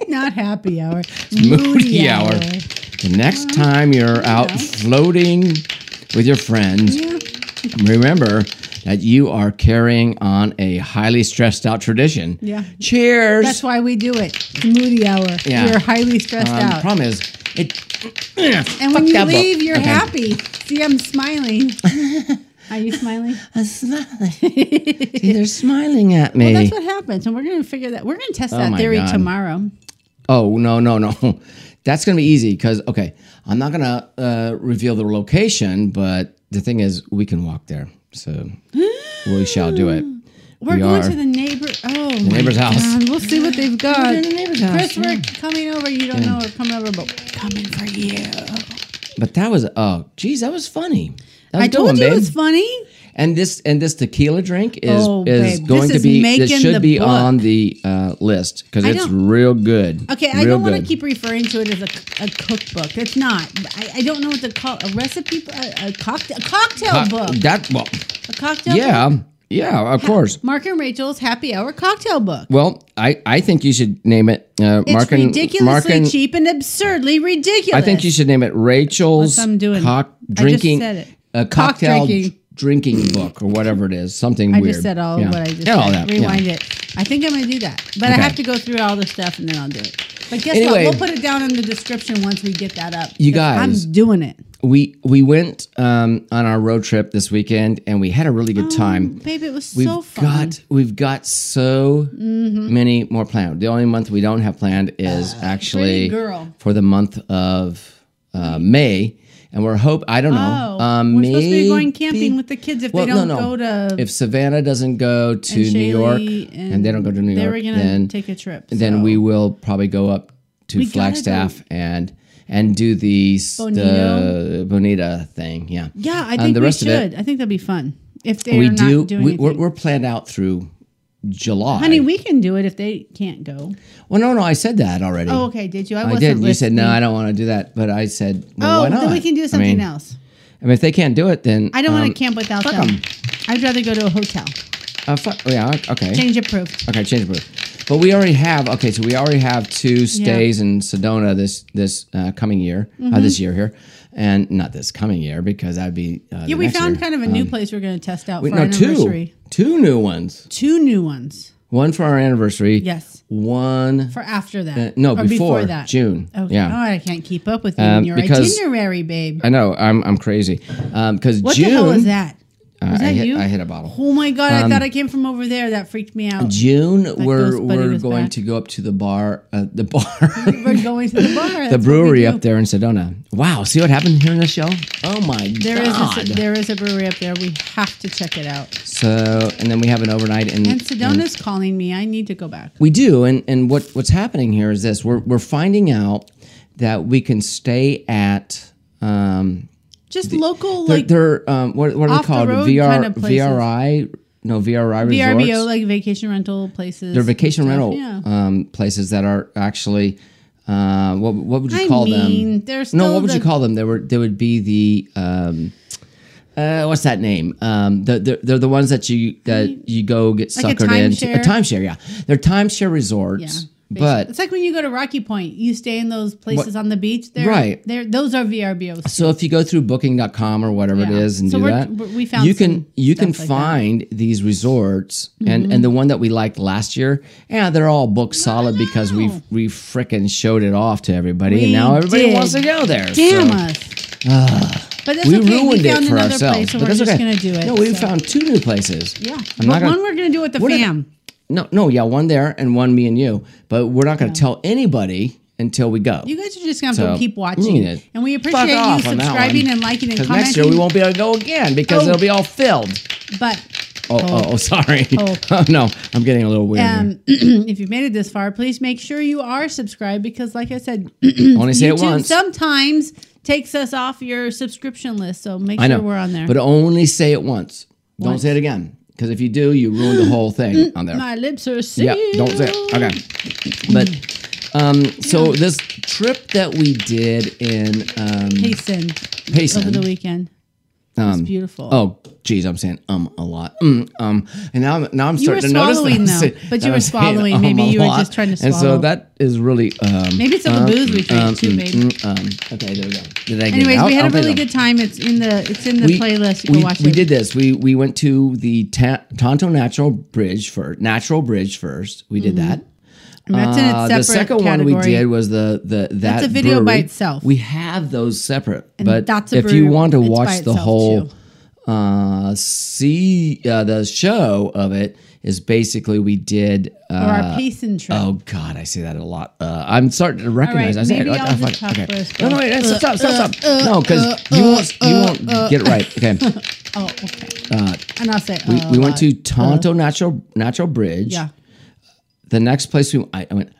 Speaker 3: not happy hour.
Speaker 2: Moody hour. The next time you're out
Speaker 3: know.
Speaker 2: floating with your friends,
Speaker 3: Yeah.
Speaker 2: remember that you are carrying on a highly stressed out tradition.
Speaker 3: Yeah.
Speaker 2: Cheers.
Speaker 3: That's why we do it. It's Moody hour.
Speaker 2: Yeah.
Speaker 3: You're highly stressed
Speaker 2: Um, The
Speaker 3: out.
Speaker 2: problem is, it.
Speaker 3: And
Speaker 2: fuck
Speaker 3: when you
Speaker 2: that book.
Speaker 3: leave, you're
Speaker 2: Okay.
Speaker 3: happy. See, I'm smiling. Are you smiling?
Speaker 2: I'm smiling. See, they're smiling at me.
Speaker 3: That's what happens. And we're going to figure that. We're going to test that
Speaker 2: Oh my
Speaker 3: theory
Speaker 2: God.
Speaker 3: tomorrow.
Speaker 2: Oh no no no, that's gonna be easy because okay, I'm not gonna uh, reveal the location, but the thing is, we can walk there, so we shall do it.
Speaker 3: We're
Speaker 2: We
Speaker 3: going
Speaker 2: are.
Speaker 3: to the neighbor. Oh, the
Speaker 2: neighbor's house.
Speaker 3: We'll see what they've got.
Speaker 2: to the neighbor's house,
Speaker 3: Chris, we're coming over. You don't know we're coming over, but we're coming for you.
Speaker 2: But that was oh geez, that was funny. That was
Speaker 3: I
Speaker 2: a good
Speaker 3: told
Speaker 2: one,
Speaker 3: you
Speaker 2: babe.
Speaker 3: it was funny.
Speaker 2: and this and this tequila drink is
Speaker 3: Oh,
Speaker 2: is
Speaker 3: babe,
Speaker 2: going
Speaker 3: this
Speaker 2: to
Speaker 3: is
Speaker 2: be
Speaker 3: making
Speaker 2: this should
Speaker 3: the
Speaker 2: be
Speaker 3: book.
Speaker 2: on the uh, list because
Speaker 3: I
Speaker 2: it's
Speaker 3: don't-
Speaker 2: real good.
Speaker 3: Okay,
Speaker 2: real
Speaker 3: I don't want to
Speaker 2: good.
Speaker 3: keep referring to it as a, a cookbook. It's not. I, I don't know what to call a recipe, a, a cocktail, a cocktail
Speaker 2: Uh,
Speaker 3: book,
Speaker 2: that well,
Speaker 3: a cocktail.
Speaker 2: yeah, yeah, of course.
Speaker 3: book. Mark and Rachel's Happy Hour Cocktail Book.
Speaker 2: Well, I, I think you should name it. Uh,
Speaker 3: It's
Speaker 2: Mark and,
Speaker 3: ridiculously
Speaker 2: Mark and,
Speaker 3: cheap and absurdly ridiculous.
Speaker 2: I think you should name it Rachel's
Speaker 3: That's what I'm doing.
Speaker 2: cock
Speaker 3: I just
Speaker 2: drinking
Speaker 3: said it.
Speaker 2: a
Speaker 3: Cock
Speaker 2: cocktail
Speaker 3: drinking.
Speaker 2: drinking. drinking book or whatever it is. Something
Speaker 3: I
Speaker 2: weird.
Speaker 3: just said all
Speaker 2: Yeah.
Speaker 3: what I just
Speaker 2: Yeah, all
Speaker 3: said.
Speaker 2: that, yeah.
Speaker 3: Rewind it. I think I'm going to do that, but I
Speaker 2: Okay.
Speaker 3: have to go through all the stuff and then I'll do it. But guess
Speaker 2: Anyway.
Speaker 3: what? We'll put it down in the description once we get that up.
Speaker 2: You
Speaker 3: 'cause
Speaker 2: guys-
Speaker 3: I'm doing it,
Speaker 2: We we went um, on our road trip this weekend and we had a really good time.
Speaker 3: babe. It was
Speaker 2: Um, We've
Speaker 3: Oh, so fun. Mm-hmm.
Speaker 2: got we've got so many more planned. The only month we don't have planned is actually
Speaker 3: Ah, Pretty girl.
Speaker 2: for the month of uh, May, and we're hope I don't know. Um,
Speaker 3: Oh, we're supposed to be going
Speaker 2: maybe-
Speaker 3: camping with the kids if
Speaker 2: Well,
Speaker 3: they
Speaker 2: no,
Speaker 3: don't
Speaker 2: no.
Speaker 3: go to.
Speaker 2: if Savannah doesn't go to
Speaker 3: and
Speaker 2: New York
Speaker 3: Shaylee
Speaker 2: and, they don't go to New
Speaker 3: they
Speaker 2: York,
Speaker 3: were gonna
Speaker 2: then
Speaker 3: take a trip.
Speaker 2: then
Speaker 3: so.
Speaker 2: we will probably go up to
Speaker 3: gotta
Speaker 2: Flagstaff and and do the s- the
Speaker 3: Bonito?
Speaker 2: Bonita thing. Yeah,
Speaker 3: Yeah, I
Speaker 2: And
Speaker 3: think
Speaker 2: the
Speaker 3: we
Speaker 2: rest of it-
Speaker 3: should. I think that'd be fun if they're
Speaker 2: we
Speaker 3: not
Speaker 2: do.
Speaker 3: doing
Speaker 2: We, we're,
Speaker 3: anything.
Speaker 2: we're planned out through July.
Speaker 3: Honey, we can do it if they can't go.
Speaker 2: well, no, no, I said that already.
Speaker 3: Oh, okay. Did you? I,
Speaker 2: I
Speaker 3: wasn't
Speaker 2: did. You said no,
Speaker 3: listening.
Speaker 2: I don't want to do that, but I said, well,
Speaker 3: Oh,
Speaker 2: why not?
Speaker 3: then we can
Speaker 2: I
Speaker 3: do something
Speaker 2: mean-
Speaker 3: else.
Speaker 2: I mean, if they can't do it, then
Speaker 3: I don't want
Speaker 2: um,
Speaker 3: to camp without
Speaker 2: fuck
Speaker 3: them.
Speaker 2: 'em.
Speaker 3: I'd rather go to a hotel.
Speaker 2: Uh, fuck, yeah, okay.
Speaker 3: Change approved.
Speaker 2: Okay, change the booth. But we already have okay, so we already have two stays in Sedona this this uh, coming year,
Speaker 3: Mm-hmm.
Speaker 2: uh, this year here, and not this coming year because that'd be uh,
Speaker 3: Yeah, we found kind of a new place we're going to test out for our
Speaker 2: no two
Speaker 3: anniversary.
Speaker 2: two new ones.
Speaker 3: Two new ones.
Speaker 2: One for our anniversary.
Speaker 3: Yes.
Speaker 2: One
Speaker 3: For after that.
Speaker 2: Uh, no
Speaker 3: Or
Speaker 2: before, June.
Speaker 3: Okay.
Speaker 2: Yeah. Uh,
Speaker 3: Oh, I can't keep up with you and your
Speaker 2: because-
Speaker 3: itinerary, babe.
Speaker 2: I know I'm I'm crazy because
Speaker 3: What
Speaker 2: June
Speaker 3: the hell was that?
Speaker 2: Uh,
Speaker 3: Was
Speaker 2: I
Speaker 3: that
Speaker 2: hit,
Speaker 3: you?
Speaker 2: I hit a Um, bottle.
Speaker 3: Oh my god! I thought I came from over there. That freaked me out.
Speaker 2: June we're
Speaker 3: Ghost Buddy
Speaker 2: we're
Speaker 3: was
Speaker 2: going
Speaker 3: back.
Speaker 2: to go up to the bar uh, the bar
Speaker 3: We're going to the bar. That's
Speaker 2: the
Speaker 3: what we
Speaker 2: brewery
Speaker 3: do.
Speaker 2: up there in Sedona. Wow, see what happened here in the show? Oh my
Speaker 3: There is
Speaker 2: god.
Speaker 3: a, there is a brewery up there. We have to check it out.
Speaker 2: so and then we have an overnight and,
Speaker 3: And Sedona's calling me. I need to go back.
Speaker 2: we do and and what what's happening here is this. We're we're finding out that we can stay at um
Speaker 3: Just local
Speaker 2: they're,
Speaker 3: like
Speaker 2: they're, um what what are they
Speaker 3: off the
Speaker 2: called?
Speaker 3: road
Speaker 2: VR
Speaker 3: kind of places.
Speaker 2: VRI no VRI resorts.
Speaker 3: VRBO like vacation rental places.
Speaker 2: they're vacation rental
Speaker 3: yeah.
Speaker 2: um, places that are actually uh, what what would you
Speaker 3: I
Speaker 2: call
Speaker 3: mean,
Speaker 2: them?
Speaker 3: they're
Speaker 2: no,
Speaker 3: still
Speaker 2: what would you
Speaker 3: the-
Speaker 2: call them? They were they would be the um, uh, what's that name? Um, the, they're, they're the ones that you that you go get
Speaker 3: Like a
Speaker 2: suckered into a
Speaker 3: timeshare?
Speaker 2: timeshare. Yeah, they're timeshare
Speaker 3: Yeah,
Speaker 2: resorts,
Speaker 3: basi-
Speaker 2: but.
Speaker 3: it's like when you go to Rocky Point, you stay in those places on the beach. They're,
Speaker 2: Right.
Speaker 3: They're, those are VRBOs.
Speaker 2: So if you go through booking.com or whatever it
Speaker 3: Yeah.
Speaker 2: is and
Speaker 3: So
Speaker 2: do
Speaker 3: we're-
Speaker 2: that,
Speaker 3: we found
Speaker 2: you can
Speaker 3: some
Speaker 2: you can
Speaker 3: stuff like that. Mm-hmm.
Speaker 2: find these resorts and and the one that we liked last year, yeah, they're all booked solid because we
Speaker 3: know.
Speaker 2: we frickin' showed it off to everybody and
Speaker 3: We
Speaker 2: now everybody
Speaker 3: did.
Speaker 2: wants to go there.
Speaker 3: Damn
Speaker 2: so. uh,
Speaker 3: us. but that's
Speaker 2: We
Speaker 3: okay.
Speaker 2: ruined
Speaker 3: we
Speaker 2: it
Speaker 3: found
Speaker 2: for
Speaker 3: another
Speaker 2: ourselves,
Speaker 3: place, so
Speaker 2: but
Speaker 3: we're
Speaker 2: that's
Speaker 3: just
Speaker 2: okay.
Speaker 3: gonna do it.
Speaker 2: No, we
Speaker 3: so.
Speaker 2: found two new places.
Speaker 3: Yeah,
Speaker 2: I'm
Speaker 3: But
Speaker 2: not gonna,
Speaker 3: one we're gonna do with the
Speaker 2: We're not-
Speaker 3: fam.
Speaker 2: no, no, yeah, one there and one me and you, but we're not going to tell anybody until we go.
Speaker 3: You guys are just gonna
Speaker 2: So,
Speaker 3: have to keep
Speaker 2: you
Speaker 3: watching,
Speaker 2: need to
Speaker 3: and we
Speaker 2: Fuck
Speaker 3: appreciate you
Speaker 2: off on that
Speaker 3: subscribing
Speaker 2: one.
Speaker 3: and liking and
Speaker 2: 'Cause
Speaker 3: commenting.
Speaker 2: next year we won't be able to go again because
Speaker 3: Oh.
Speaker 2: it'll be all filled.
Speaker 3: but
Speaker 2: Oh, oh, oh, sorry. Oh. no, I'm getting a little weird. here.
Speaker 3: um, if you've made it this far, please make sure you are subscribed because, like I said,
Speaker 2: Only say it
Speaker 3: YouTube
Speaker 2: once.
Speaker 3: sometimes takes us off your subscription list. So make
Speaker 2: I know
Speaker 3: sure we're on there.
Speaker 2: but uh, only say it once. Don't say it again, because if you do, you ruin the whole thing on there.
Speaker 3: Mm, My lips are
Speaker 2: Yeah,
Speaker 3: sealed.
Speaker 2: don't say it. Okay, but um, so this trip that we did in um,
Speaker 3: Hasten over the
Speaker 2: Payson,
Speaker 3: weekend. It's beautiful.
Speaker 2: Oh, geez, I'm saying um a lot. Mm, um, and now I'm now I'm
Speaker 3: were
Speaker 2: starting to notice. that
Speaker 3: swallowing,
Speaker 2: I'm
Speaker 3: though,
Speaker 2: saying-
Speaker 3: but you
Speaker 2: that
Speaker 3: were
Speaker 2: I'm saying um,
Speaker 3: swallowing. Maybe
Speaker 2: a
Speaker 3: you were just trying to
Speaker 2: And so
Speaker 3: swallow.
Speaker 2: that is really um.
Speaker 3: Maybe it's all the booze we drank too, babe.
Speaker 2: mm, um, okay, there we go. Did I get it
Speaker 3: Anyways,
Speaker 2: out?
Speaker 3: we had
Speaker 2: I'll
Speaker 3: a really
Speaker 2: think
Speaker 3: good time. It's in the it's in the
Speaker 2: we-
Speaker 3: playlist. You can
Speaker 2: we,
Speaker 3: watch
Speaker 2: we
Speaker 3: it.
Speaker 2: did this. We we went to the Ta- Tonto Natural Bridge first. Natural Bridge first. We did that.
Speaker 3: And Mm-hmm. that's in its
Speaker 2: Uh,
Speaker 3: separate
Speaker 2: the second
Speaker 3: category.
Speaker 2: one we did was the the that
Speaker 3: a video by
Speaker 2: brewery.
Speaker 3: itself.
Speaker 2: We have those separate, but
Speaker 3: that's a
Speaker 2: if you
Speaker 3: brewery,
Speaker 2: want to
Speaker 3: it's
Speaker 2: watch
Speaker 3: by
Speaker 2: the
Speaker 3: itself,
Speaker 2: whole
Speaker 3: too.
Speaker 2: uh, see uh, the show of it is basically we did.
Speaker 3: or
Speaker 2: Uh,
Speaker 3: our pacing trip.
Speaker 2: Oh God, I say that a lot. Uh, I'm starting to recognize.
Speaker 3: right,
Speaker 2: I say it.
Speaker 3: maybe
Speaker 2: like-
Speaker 3: I'll
Speaker 2: I
Speaker 3: just
Speaker 2: fuck-
Speaker 3: talk
Speaker 2: okay.
Speaker 3: first, Uh,
Speaker 2: No, no,
Speaker 3: though.
Speaker 2: wait, stop, stop, stop. no, because you won't, you
Speaker 3: uh,
Speaker 2: won't get it right. Okay.
Speaker 3: Oh, okay. and I'll say uh,
Speaker 2: we
Speaker 3: a
Speaker 2: went
Speaker 3: lot.
Speaker 2: to Tonto Natural Natural Bridge.
Speaker 3: yeah.
Speaker 2: The next place we I, I went.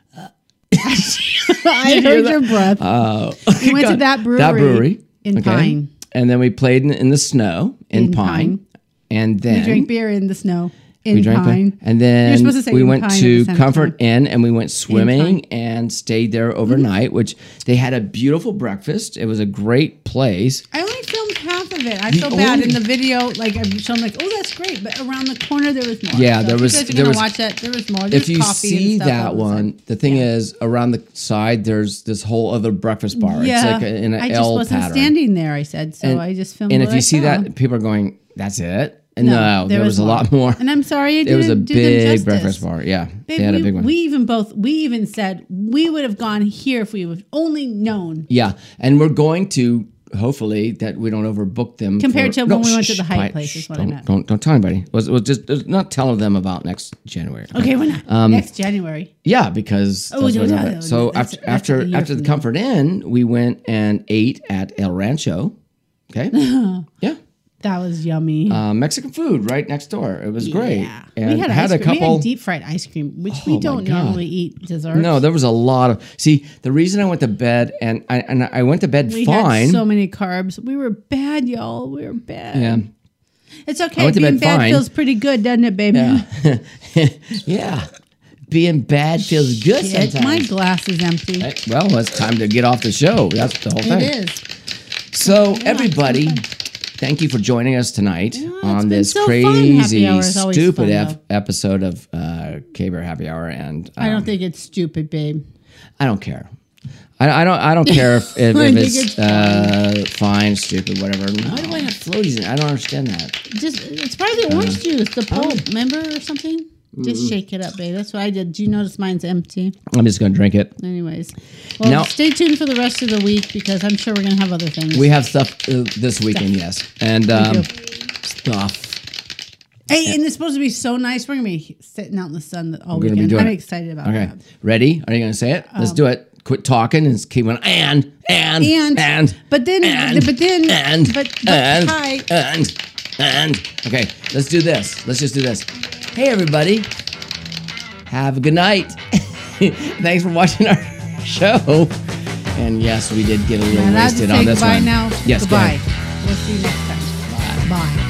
Speaker 3: I heard your breath. we went to that brewery.
Speaker 2: uh, that brewery
Speaker 3: in
Speaker 2: okay.
Speaker 3: Pine.
Speaker 2: and then we played in, in the snow in,
Speaker 3: In
Speaker 2: Pine.
Speaker 3: Pine.
Speaker 2: and then
Speaker 3: We drank beer in the snow in
Speaker 2: we drank
Speaker 3: Pine.
Speaker 2: beer. and then
Speaker 3: You're supposed to say
Speaker 2: we
Speaker 3: in
Speaker 2: went
Speaker 3: Pine at
Speaker 2: to
Speaker 3: the same
Speaker 2: Comfort Inn and we went swimming and stayed there overnight. Which they had a beautiful breakfast. It was a great place.
Speaker 3: I only filmed half of it. I feel bad in the video. Like I've shown, like, oh, that's great, but around the corner there was more.
Speaker 2: Yeah,
Speaker 3: So
Speaker 2: there
Speaker 3: if
Speaker 2: was-
Speaker 3: You guys are
Speaker 2: there
Speaker 3: gonna
Speaker 2: was-
Speaker 3: watch that. There was more. There's
Speaker 2: if you
Speaker 3: coffee
Speaker 2: see
Speaker 3: and stuff
Speaker 2: that
Speaker 3: on the side.
Speaker 2: one, the thing is around the side there's this whole other breakfast bar.
Speaker 3: yeah,
Speaker 2: It's like in an
Speaker 3: I just
Speaker 2: L
Speaker 3: wasn't
Speaker 2: pattern.
Speaker 3: standing there. I said so. Oh, I just filmed.
Speaker 2: And if
Speaker 3: what
Speaker 2: you
Speaker 3: I
Speaker 2: see
Speaker 3: saw.
Speaker 2: that, people are going, "That's it." And no, there, was, a
Speaker 3: more.
Speaker 2: lot more.
Speaker 3: And I'm sorry, I
Speaker 2: It
Speaker 3: didn't
Speaker 2: was a
Speaker 3: do them
Speaker 2: big
Speaker 3: justice.
Speaker 2: breakfast bar. Yeah,
Speaker 3: Babe,
Speaker 2: they had
Speaker 3: we,
Speaker 2: a big one.
Speaker 3: we even both we even said we would have gone here if we would have only known.
Speaker 2: yeah, and we're going to hopefully that we don't overbook them
Speaker 3: Compared
Speaker 2: for-
Speaker 3: to when we went to the Hyatt
Speaker 2: quiet,
Speaker 3: place is what I
Speaker 2: don't,
Speaker 3: meant.
Speaker 2: Don't don't tell anybody. Was was just just not tell them about next January.
Speaker 3: Okay, we're not
Speaker 2: Um,
Speaker 3: next January.
Speaker 2: Yeah, because that's
Speaker 3: no,
Speaker 2: what
Speaker 3: no,
Speaker 2: happened.
Speaker 3: no,
Speaker 2: so
Speaker 3: that's-
Speaker 2: after
Speaker 3: that's a
Speaker 2: after
Speaker 3: year
Speaker 2: after
Speaker 3: from
Speaker 2: the Comfort Inn, we went and ate at El Rancho. Okay, yeah,
Speaker 3: That was yummy.
Speaker 2: uh, Mexican food right next door. It was great.
Speaker 3: Yeah,
Speaker 2: And
Speaker 3: we had,
Speaker 2: had
Speaker 3: ice
Speaker 2: a
Speaker 3: cream. We
Speaker 2: couple.
Speaker 3: had deep fried ice cream, which
Speaker 2: Oh
Speaker 3: we
Speaker 2: my
Speaker 3: don't
Speaker 2: God.
Speaker 3: normally eat dessert.
Speaker 2: no, there was a lot of. See, the reason I went to bed and I and I went to bed
Speaker 3: we
Speaker 2: fine.
Speaker 3: had so many carbs. We were bad, y'all. We were bad.
Speaker 2: yeah,
Speaker 3: It's okay.
Speaker 2: I went to
Speaker 3: Being
Speaker 2: bed
Speaker 3: bad
Speaker 2: fine.
Speaker 3: feels pretty good, doesn't it, baby?
Speaker 2: yeah. Being bad feels good
Speaker 3: Shit,
Speaker 2: sometimes.
Speaker 3: my glass is empty.
Speaker 2: Right? Well, it's time to get off the show. That's the whole thing.
Speaker 3: It is.
Speaker 2: So, everybody, thank you for joining us tonight on
Speaker 3: been
Speaker 2: this
Speaker 3: so fun.
Speaker 2: crazy,
Speaker 3: Happy hour is always
Speaker 2: stupid
Speaker 3: fun,
Speaker 2: ep-
Speaker 3: though.
Speaker 2: episode of uh, K-Bear Happy Hour, and um,
Speaker 3: I don't think it's stupid, babe.
Speaker 2: I don't care. I, I don't. I don't care if, if,
Speaker 3: I
Speaker 2: if
Speaker 3: think
Speaker 2: it's
Speaker 3: it's
Speaker 2: uh, fine, stupid, whatever. Why do I have floaties? In? I don't understand that.
Speaker 3: Just it's probably the orange juice, the
Speaker 2: Oh.
Speaker 3: pulp, remember or something. Just shake it up, babe. That's what I did. Do you notice mine's empty?
Speaker 2: I'm just gonna drink it.
Speaker 3: Anyways, well,
Speaker 2: Now-
Speaker 3: stay tuned for the rest of the week because I'm sure we're gonna have other things.
Speaker 2: We have stuff uh, this weekend, yes, and um, stuff.
Speaker 3: hey, and it's supposed to be so nice. We're gonna be sitting out in the sun all
Speaker 2: gonna be
Speaker 3: weekend.
Speaker 2: doing
Speaker 3: I'm
Speaker 2: it.
Speaker 3: excited about
Speaker 2: Okay,
Speaker 3: that.
Speaker 2: ready? Are you gonna say it?
Speaker 3: Um,
Speaker 2: Let's do it. Quit talking and just keep on. And and
Speaker 3: And,
Speaker 2: and
Speaker 3: but then
Speaker 2: and
Speaker 3: but then
Speaker 2: and
Speaker 3: but, but
Speaker 2: and,
Speaker 3: hi.
Speaker 2: and and okay let's do this let's just do this hey everybody have a good night thanks for watching our show and yes we did get a little
Speaker 3: And I have to
Speaker 2: wasted on
Speaker 3: say
Speaker 2: this
Speaker 3: goodbye
Speaker 2: one
Speaker 3: now.
Speaker 2: yes go
Speaker 3: goodbye.
Speaker 2: ahead.
Speaker 3: We'll see you next time. Bye.